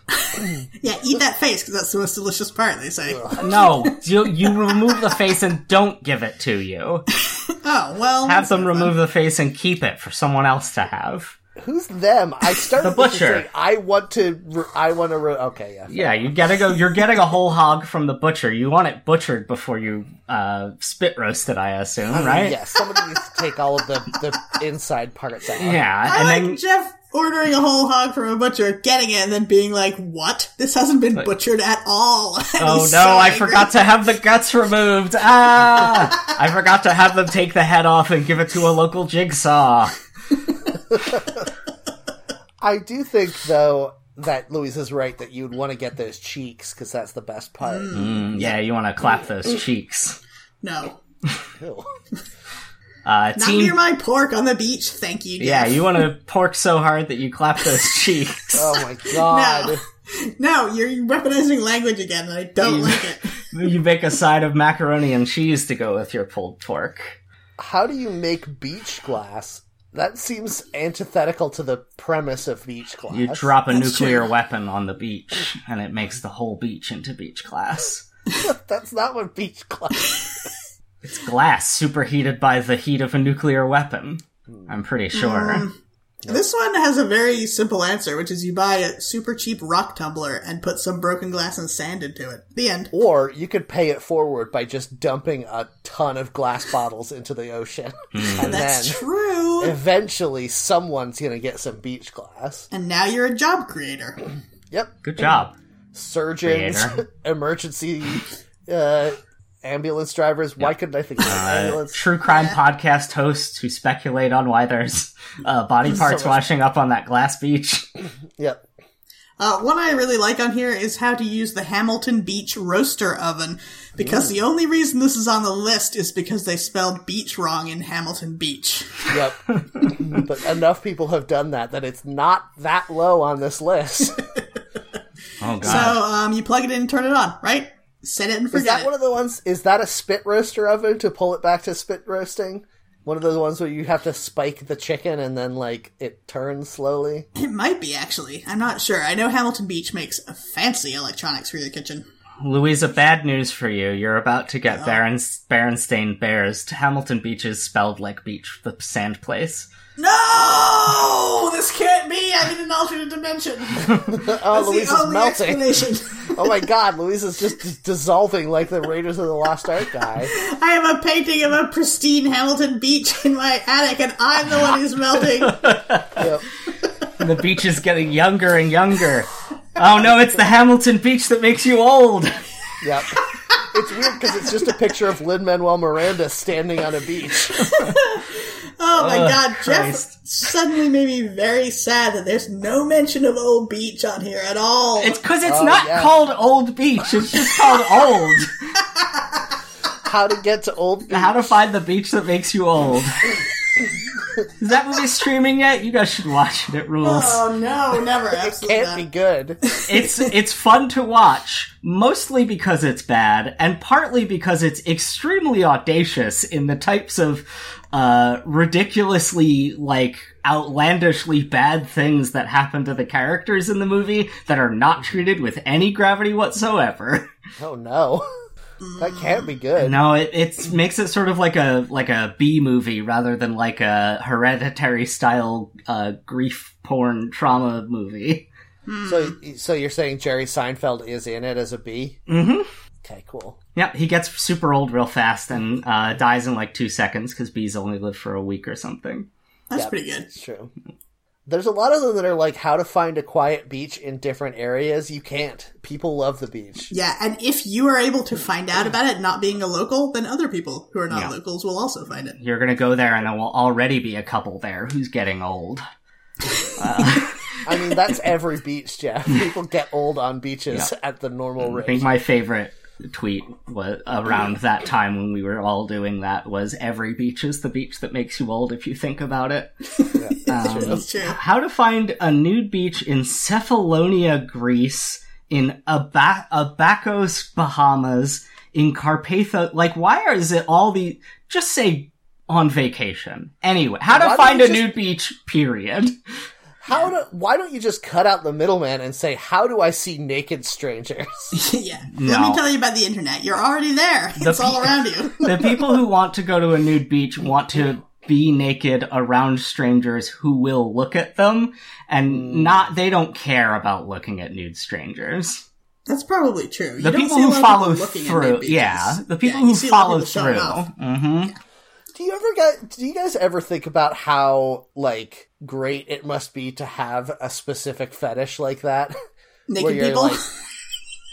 Yeah, eat that face because that's the most delicious part. They say. No, you, you remove the face and don't give it to you. Oh well. Have them remove the face and keep it for someone else to have. Who's them? I started The with just butcher. saying, I want to. ro- I want to. Ro- okay. Yeah. Yeah, you gotta go. You're getting a whole hog from the butcher. You want it butchered before you uh, spit roast it, I assume, Oh, right? Yeah. Somebody needs to take all of the the inside parts out. Yeah, I and like then Jeff ordering a whole hog from a butcher, getting it, and then being like, "What? This hasn't been butchered at all." And oh no, he's so I angry. forgot to have the guts removed. Ah, I forgot to have them take the head off and give it to a local jigsaw. I do think though that Louise is right that you'd want to get those cheeks because that's the best part. Mm, yeah, you want to clap those cheeks. No. Ew. Uh, Not team, near my pork on the beach, thank you. yeah, Jeff. you want to pork so hard that you clap those cheeks. Oh my god. No. No, you're weaponizing language again, and I don't like it. You make a side of macaroni and cheese to go with your pulled pork. How do you make beach glass? That seems antithetical to the premise of beach glass. You drop a That's nuclear true. weapon on the beach, and it makes the whole beach into beach glass. That's not what beach glass. It's glass superheated by the heat of a nuclear weapon. I'm pretty sure. Mm. This one has a very simple answer, which is you buy a super cheap rock tumbler and put some broken glass and sand into it. The end. or you could pay it forward by just dumping a ton of glass bottles into the ocean, and That's then true. eventually someone's gonna get some beach glass. and now you're a job creator. Yep, Good job. surgeons, Creator. emergency, uh, ambulance drivers. Why couldn't I think of Uh, ambulance? True crime podcast hosts who speculate on why there's uh, body parts much- washing up on that glass beach. Yep. Uh, what I really like on here is how to use the Hamilton Beach roaster oven, because Mm. the only reason this is on the list is because they spelled beach wrong in Hamilton Beach. Yep. but enough people have done that that it's not that low on this list. Oh god. So um, you plug it in and turn it on, right? Set it and Is forget that it. one of the ones? Is that a spit roaster oven to pull it back to spit roasting? One of those ones where you have to spike the chicken and then like it turns slowly. It might be actually. I'm not sure. I know Hamilton Beach makes fancy electronics for their kitchen. Louisa, bad news for you. You're about to get Baron Berenstain Bears. Hamilton Beach is spelled like beach, the sand place. No, this can't be. I'm in an alternate dimension. Oh, That's Louise the is only melting. explanation. Oh my god, Louise is just d- dissolving like the Raiders of the Lost Ark guy. I have a painting of a pristine Hamilton Beach in my attic, and I'm the one who's melting. Yep. And the beach is getting younger and younger. Oh no, it's the Hamilton Beach that makes you old. Yep. It's weird because it's just a picture of Lin Manuel Miranda standing on a beach. Oh my Ugh, god, Christ. Jeff suddenly made me very sad that there's no mention of Old Beach on here at all. It's because it's Oh, not yeah. called Old Beach. It's just called Old. How to get to old Beach. How to find the beach that makes you old. Is that movie streaming yet? You guys should watch it. It rules. oh no, never, absolutely can't not. be good. it's it's fun to watch, mostly because it's bad, and partly because it's extremely audacious in the types of uh, ridiculously like outlandishly bad things that happen to the characters in the movie that are not treated with any gravity whatsoever. Oh no, that can't be good. No, it it makes it sort of like a like a B movie rather than like a hereditary style uh, grief porn trauma movie. So, so you're saying Jerry Seinfeld is in it as a bee? Mm-hmm. Okay, cool. Yeah, he gets super old real fast and uh, dies in like two seconds because bees only live for a week or something. That's Yeah. pretty good. It's true. There's a lot of them that are like how to find a quiet beach in different areas. You can't. People love the beach. Yeah, and if you are able to find out about it, not being a local, then other people who are not Yeah. locals will also find it. You're gonna go there and there will already be a couple there who's getting old. I mean, that's every beach, Jeff. People get old on beaches at the normal I think rate. my favorite tweet was around that time when we were all doing that was every beach is the beach that makes you old if you think about it. Um, That's true. How to find a nude beach in Cephalonia, Greece, in Aba- Abacos, Bahamas, in Carpatho. Like, why is it all the. Just say on vacation. Anyway, how to Why don't find you a just- nude beach, period. How do? Why don't you just cut out the middleman and say, "How do I see naked strangers?" yeah. Let No. me tell you about the internet. You're already there. It's all pe- around you. the people who want to go to a nude beach want to be naked around strangers who will look at them and Hmm. not they don't care about looking at nude strangers. That's probably true. You the don't people see a who lot of follow people looking at through, nude beaches. yeah, the people you who see a lot follow of people showing through. off. hmm Do you ever guys? Do you guys ever think about how like great it must be to have a specific fetish like that? Naked you're people. like-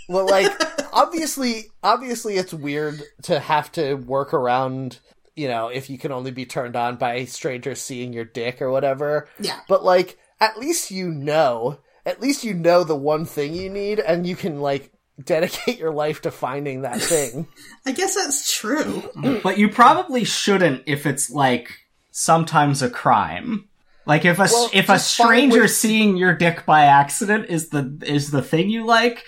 Well, like obviously, obviously, it's weird to have to work around. You know, if you can only be turned on by strangers seeing your dick or whatever. yeah. But like, at least you know. At least you know the one thing you need, and you can like dedicate your life to finding that thing. I guess that's true. But you probably shouldn't if it's like sometimes a crime. Like if a Well, if a just find stranger ways- seeing your dick by accident is the is the thing you like,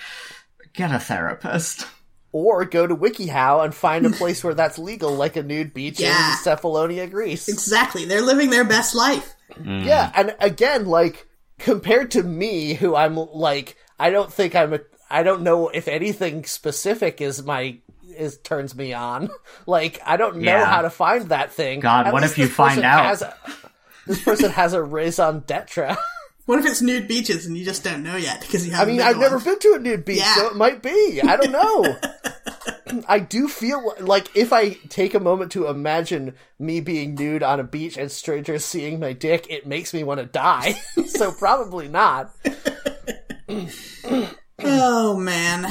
get a therapist. or go to WikiHow and find a place where that's legal, like a nude beach Yeah. in Cephalonia, Greece. Exactly. They're living their best life. Yeah, Mm-hmm. and again, like compared to me, who I'm like, I don't think I'm a, I don't know if anything specific is my is turns me on. Like I don't know Yeah. how to find that thing. God, what least if you this person find out? has a- this person has a raison d'être. What if it's nude beaches and you just don't know yet because you I haven't? mean, been I've to never one? been to a nude beach, Yeah. so it might be. I don't know. I do feel like if I take a moment to imagine me being nude on a beach and strangers seeing my dick, it makes me want to die. so probably not. Oh man.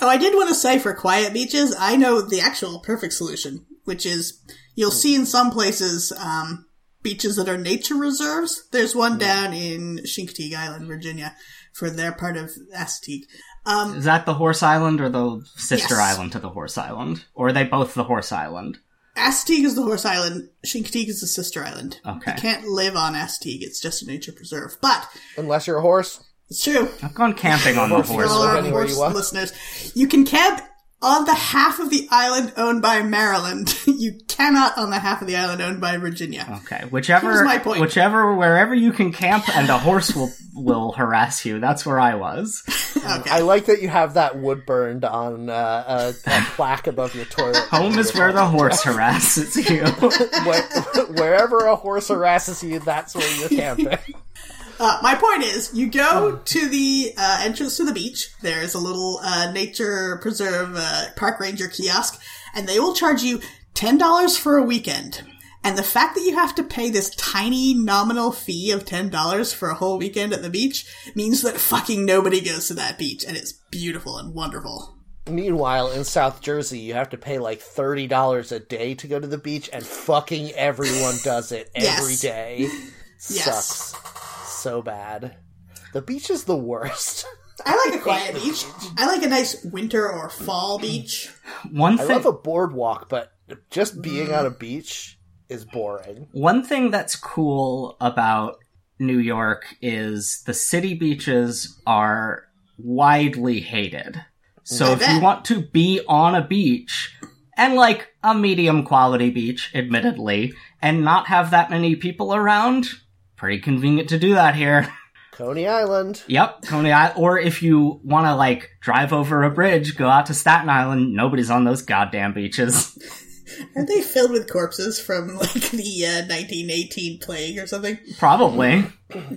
Oh, I did want to say for quiet beaches, I know the actual perfect solution, which is you'll see in some places um, beaches that are nature reserves. There's one down in Chincoteague Island, Virginia, for their part of Assateague. Um, Is that the Horse Island or the sister Yes. island to the Horse Island? Or are they both the Horse Island? Assateague is the horse island. Chincoteague is the sister island. Okay. You can't live on Assateague; it's just a nature preserve. But Unless you're a horse. it's true. I've gone camping on the Horse for horse. all live our anywhere horse you want. listeners. You can camp on the half of the island owned by Maryland. You cannot on the half of the island owned by Oh. Virginia. Okay, whichever, Here's my point. whichever, wherever you can camp and a horse will will harass you. That's where I was. Okay. I like that you have that wood burned on uh, a, a plaque above your toilet. Home is where the horse harasses you. Where, wherever a horse harasses you, that's where you're camping. Uh, my point is, you go Oh. to the uh, entrance to the beach. There's a little uh, nature preserve uh, park ranger kiosk, and they will charge you ten dollars for a weekend. And the fact that you have to pay this tiny nominal fee of ten dollars for a whole weekend at the beach means that fucking nobody goes to that beach, and it's beautiful and wonderful. Meanwhile, in South Jersey, you have to pay like thirty dollars a day to go to the beach, and fucking everyone does it Yes. every day. Yes. Sucks so bad. The beach is the worst. I like a quiet beach. I like a nice winter or fall beach. One I thing love a boardwalk, but just being on a beach is boring. One thing that's cool about New York is the city beaches are widely hated. So I if you bet. want to be on a beach and like a medium quality beach, admittedly, and not have that many people around, pretty convenient to do that here. Coney Island. Yep, Coney Island. Or if you want to like drive over a bridge, go out to Staten Island. Nobody's on those goddamn beaches. Aren't they filled with corpses from like the uh, 1918 plague or something? Probably.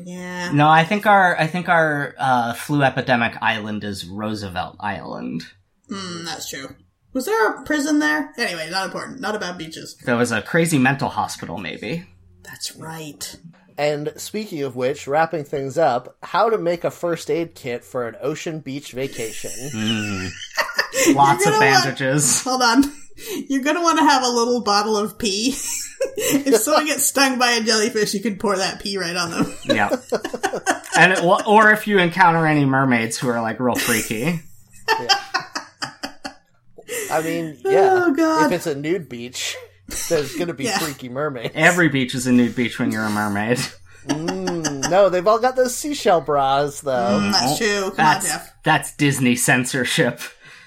Yeah. No, I think our I think our uh, flu epidemic island is Roosevelt Island. Mm, that's true. Was there a prison there? Anyway, not important. Not about beaches. There was a crazy mental hospital, maybe. That's right. And speaking of which, wrapping things up, how to make a first aid kit for an ocean beach vacation. Lots You're of gonna want- bandages. Hold on. You're going to want to have a little bottle of pee. if someone gets stung by a jellyfish, you can pour that pee right on them. yeah, and it, will- or if you encounter any mermaids who are like real freaky, I mean, yeah. Oh, God. If it's a nude beach, there's gonna be Yeah. freaky mermaids. every beach is a nude beach when you're a mermaid. Mm, no, they've all got those seashell bras, though. Mm, That's true. Come on, That's Jeff. that's Disney censorship.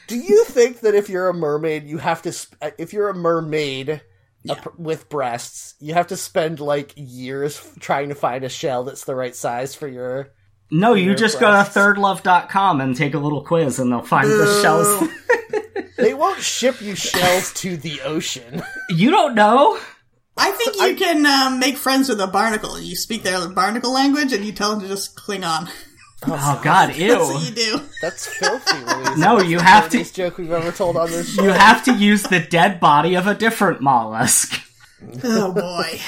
Do you think that if you're a mermaid, you have to, sp- uh, if you're a mermaid a pr- with breasts, you have to spend like years f- trying to find a shell that's the right size for your. No, you Your just go to breasts. thirdlove.com and take a little quiz, and they'll find the shells. They won't ship you shells to the ocean. You don't know. I think you can um, make friends with a barnacle. You speak their barnacle language and you tell them to just cling on. Oh God, That's what you ew. do. That's filthy, Louise. No, you have to This joke we've ever told on this show. You have to use the dead body of a different mollusk. Oh, boy.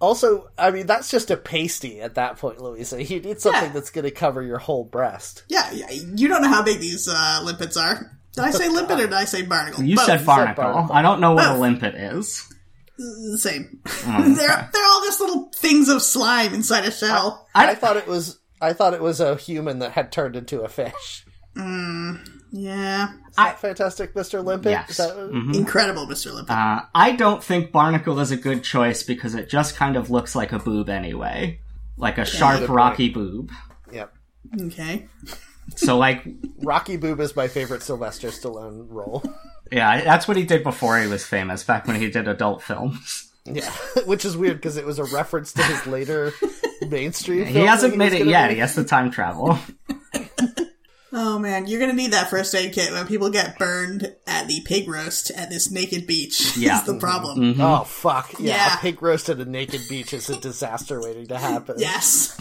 Also, I mean, that's just a pasty at that point, Louisa. You need something Yeah. that's going to cover your whole breast. Yeah, yeah, you don't know how big these uh, limpets are. Did I say limpet or did I say barnacle? You Both. said barnacle. barnacle. I don't know what a Both. limpet is. The Same. Oh, they're they're all just little things of slime inside a shell. I thought it was. I thought it was a human that had turned into a fish. Yeah, Fantastic, Mr. Limpet. Yes. Mm-hmm. Is that- incredible, Mister Limpet. Uh, I don't think barnacle is a good choice because it just kind of looks like a boob anyway. Like a sharp, rocky boob. Yep. okay, So, like, Rocky Boob is my favorite Sylvester Stallone role. yeah, that's what he did before he was famous, back when he did adult films. Yeah, which is weird because it was a reference to his later mainstream. He film hasn't that made was it gonna yet. make. He has to time travel. Oh man, you're gonna need that first aid kit when people get burned at the pig roast at this naked beach. Yeah. Mm-hmm. is the problem. Oh fuck! Yeah, Yeah. a pig roast at a naked beach is a disaster waiting to happen. Yes,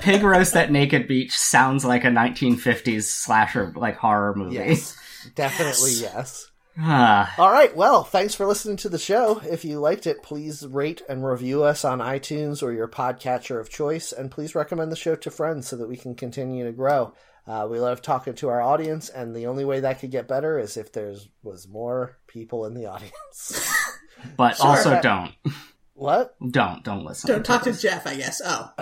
Pig roast at naked beach sounds like a 1950s slasher, like horror movie. Yes. Definitely yes. Ah. All right. Well, thanks for listening to the show. If you liked it, please rate and review us on iTunes or your podcatcher of choice, and please recommend the show to friends so that we can continue to grow. Uh, we love talking to our audience, and the only way that could get better is if there's was more people in the audience. but also but- don't what? don't don't listen don't talk to Jeff. I guess. Oh,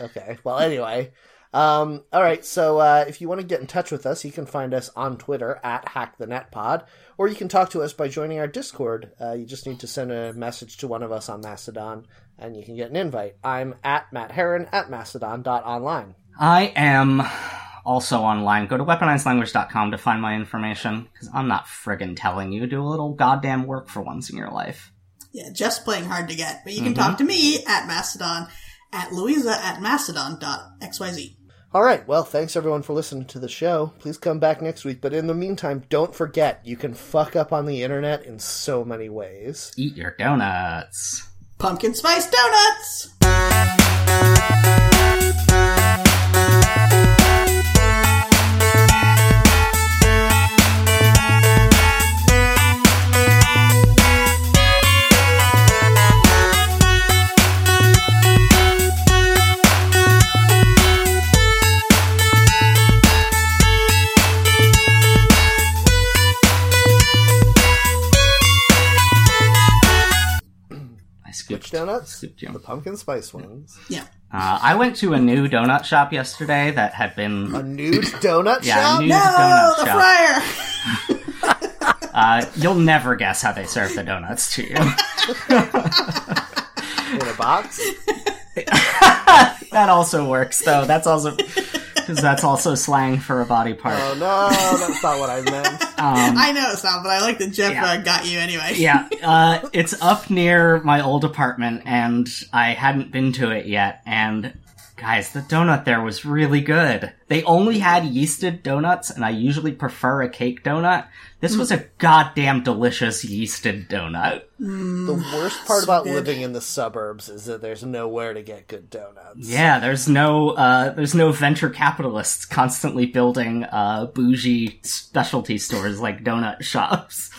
Okay. Well, anyway. Um, all right. So uh, if you want to get in touch with us, you can find us on Twitter at HackTheNetPod, or you can talk to us by joining our Discord. Uh, you just need to send a message to one of us on Mastodon, and you can get an invite. I'm at Matt Heron at Mastodon.online. i am also online go to weaponizedlanguage.com to find my information because i'm not friggin telling you do a little goddamn work for once in your life yeah, Jeff's playing hard to get, but you can Mm-hmm. talk to me at Mastodon at Louisa at Mastodon dot xyz. All right. Well, thanks everyone for listening to the show. Please come back next week. But in the meantime, don't forget you can fuck up on the internet in so many ways. eat your donuts Pumpkin spice donuts. donuts, Soup jam. the pumpkin spice ones, Yeah. Uh, I went to a new donut shop yesterday that had been a nude donut Yeah, shop. nude- No, Donut Oh, the shop. fryer. Uh, you'll never guess how they serve the donuts to you. in a box. that also works, though. That's also because that's also slang for a body Oh part. no, that's not what I meant. Um, I know it's not, but I like that Jeff Yeah. uh, got you anyway. yeah, uh, it's up near my old apartment, and I hadn't been to it yet. And guys, the donut there was really good. They only had yeasted donuts, and I usually prefer a cake donut. This was a goddamn delicious yeasted donut. The worst part about Spit. living in the suburbs is that there's nowhere to get good donuts. Yeah, there's no uh, there's no venture capitalists constantly building uh, bougie specialty stores like donut shops.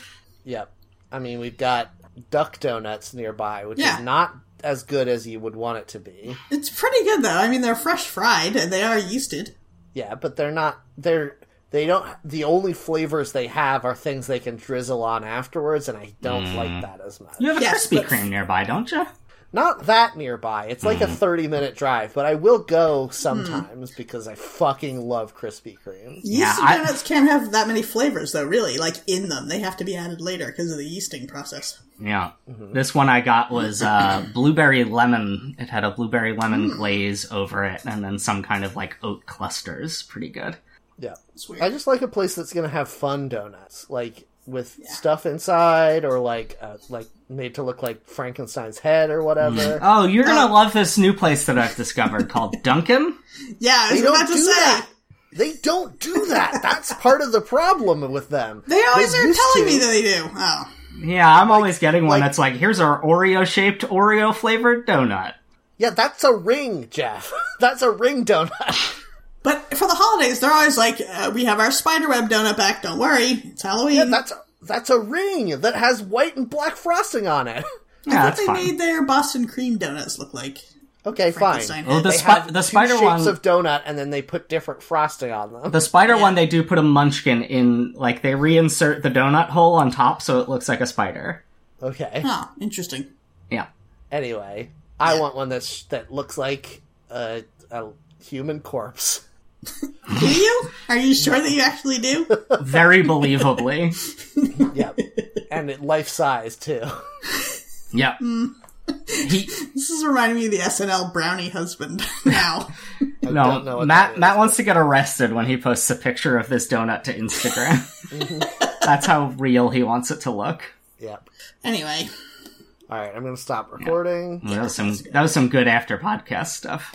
Yep. I mean, we've got duck donuts nearby, which Yeah. is not as good as you would want it to be. It's pretty good though. I mean, they're fresh fried and they are yeasted. Yeah, but they're not. They're they don't. The only flavors they have are things they can drizzle on afterwards, and I don't Mm. like that as much. You have a Yes, Krispy but- Kreme nearby, don't you? Not that nearby. It's like a Mm. thirty-minute drive, but I will go sometimes because I fucking love Krispy Kreme. Yeah, Yeasted I- donuts can't have that many flavors though. Really, like in them, they have to be added later because of the yeasting process. Yeah. This one I got was uh, blueberry lemon. It had a blueberry lemon glaze over it, and then some kind of like oat clusters. Pretty good. Yeah, It's weird. I just like a place that's gonna have fun donuts, like with stuff inside or like uh, like made to look like Frankenstein's head or whatever. Oh, you're gonna love this new place that I've discovered called Dunkin'. yeah, I was They don't about to do say that. They don't do that. That's part of the problem with them. they always are used telling to. me that they do. Oh, Yeah, I'm always getting one like- that's like, here's our Oreo shaped Oreo flavored donut. Yeah, that's a ring, Jeff. That's a ring donut. but for the holidays, they're always like, uh, "We have our spiderweb donut back. Don't worry, it's Halloween." Yeah, that's that's a ring that has white and black frosting on it. Yeah, what that's they fine. made their Boston cream donuts look like. Okay, fine. Frankenstein. Oh, the, They spi- have the two spider shapes one. of donut, and then they put different frosting on them. the spider one, they do put a munchkin in, like, they reinsert the donut hole on top so it looks like a spider. Okay. Oh, interesting. Yeah. Anyway, I want one that's that looks like a, a human corpse. Do you? Are you sure that you actually do? Very believably. Yep, and it life size too. Yep. He, This is reminding me of the SNL brownie husband now. no, don't know what that Matt is. Matt wants to get arrested when he posts a picture of this donut to Instagram. That's how real he wants it to look. Yep. anyway, All right, I'm gonna stop recording. Mm. That was some that was some good after podcast stuff.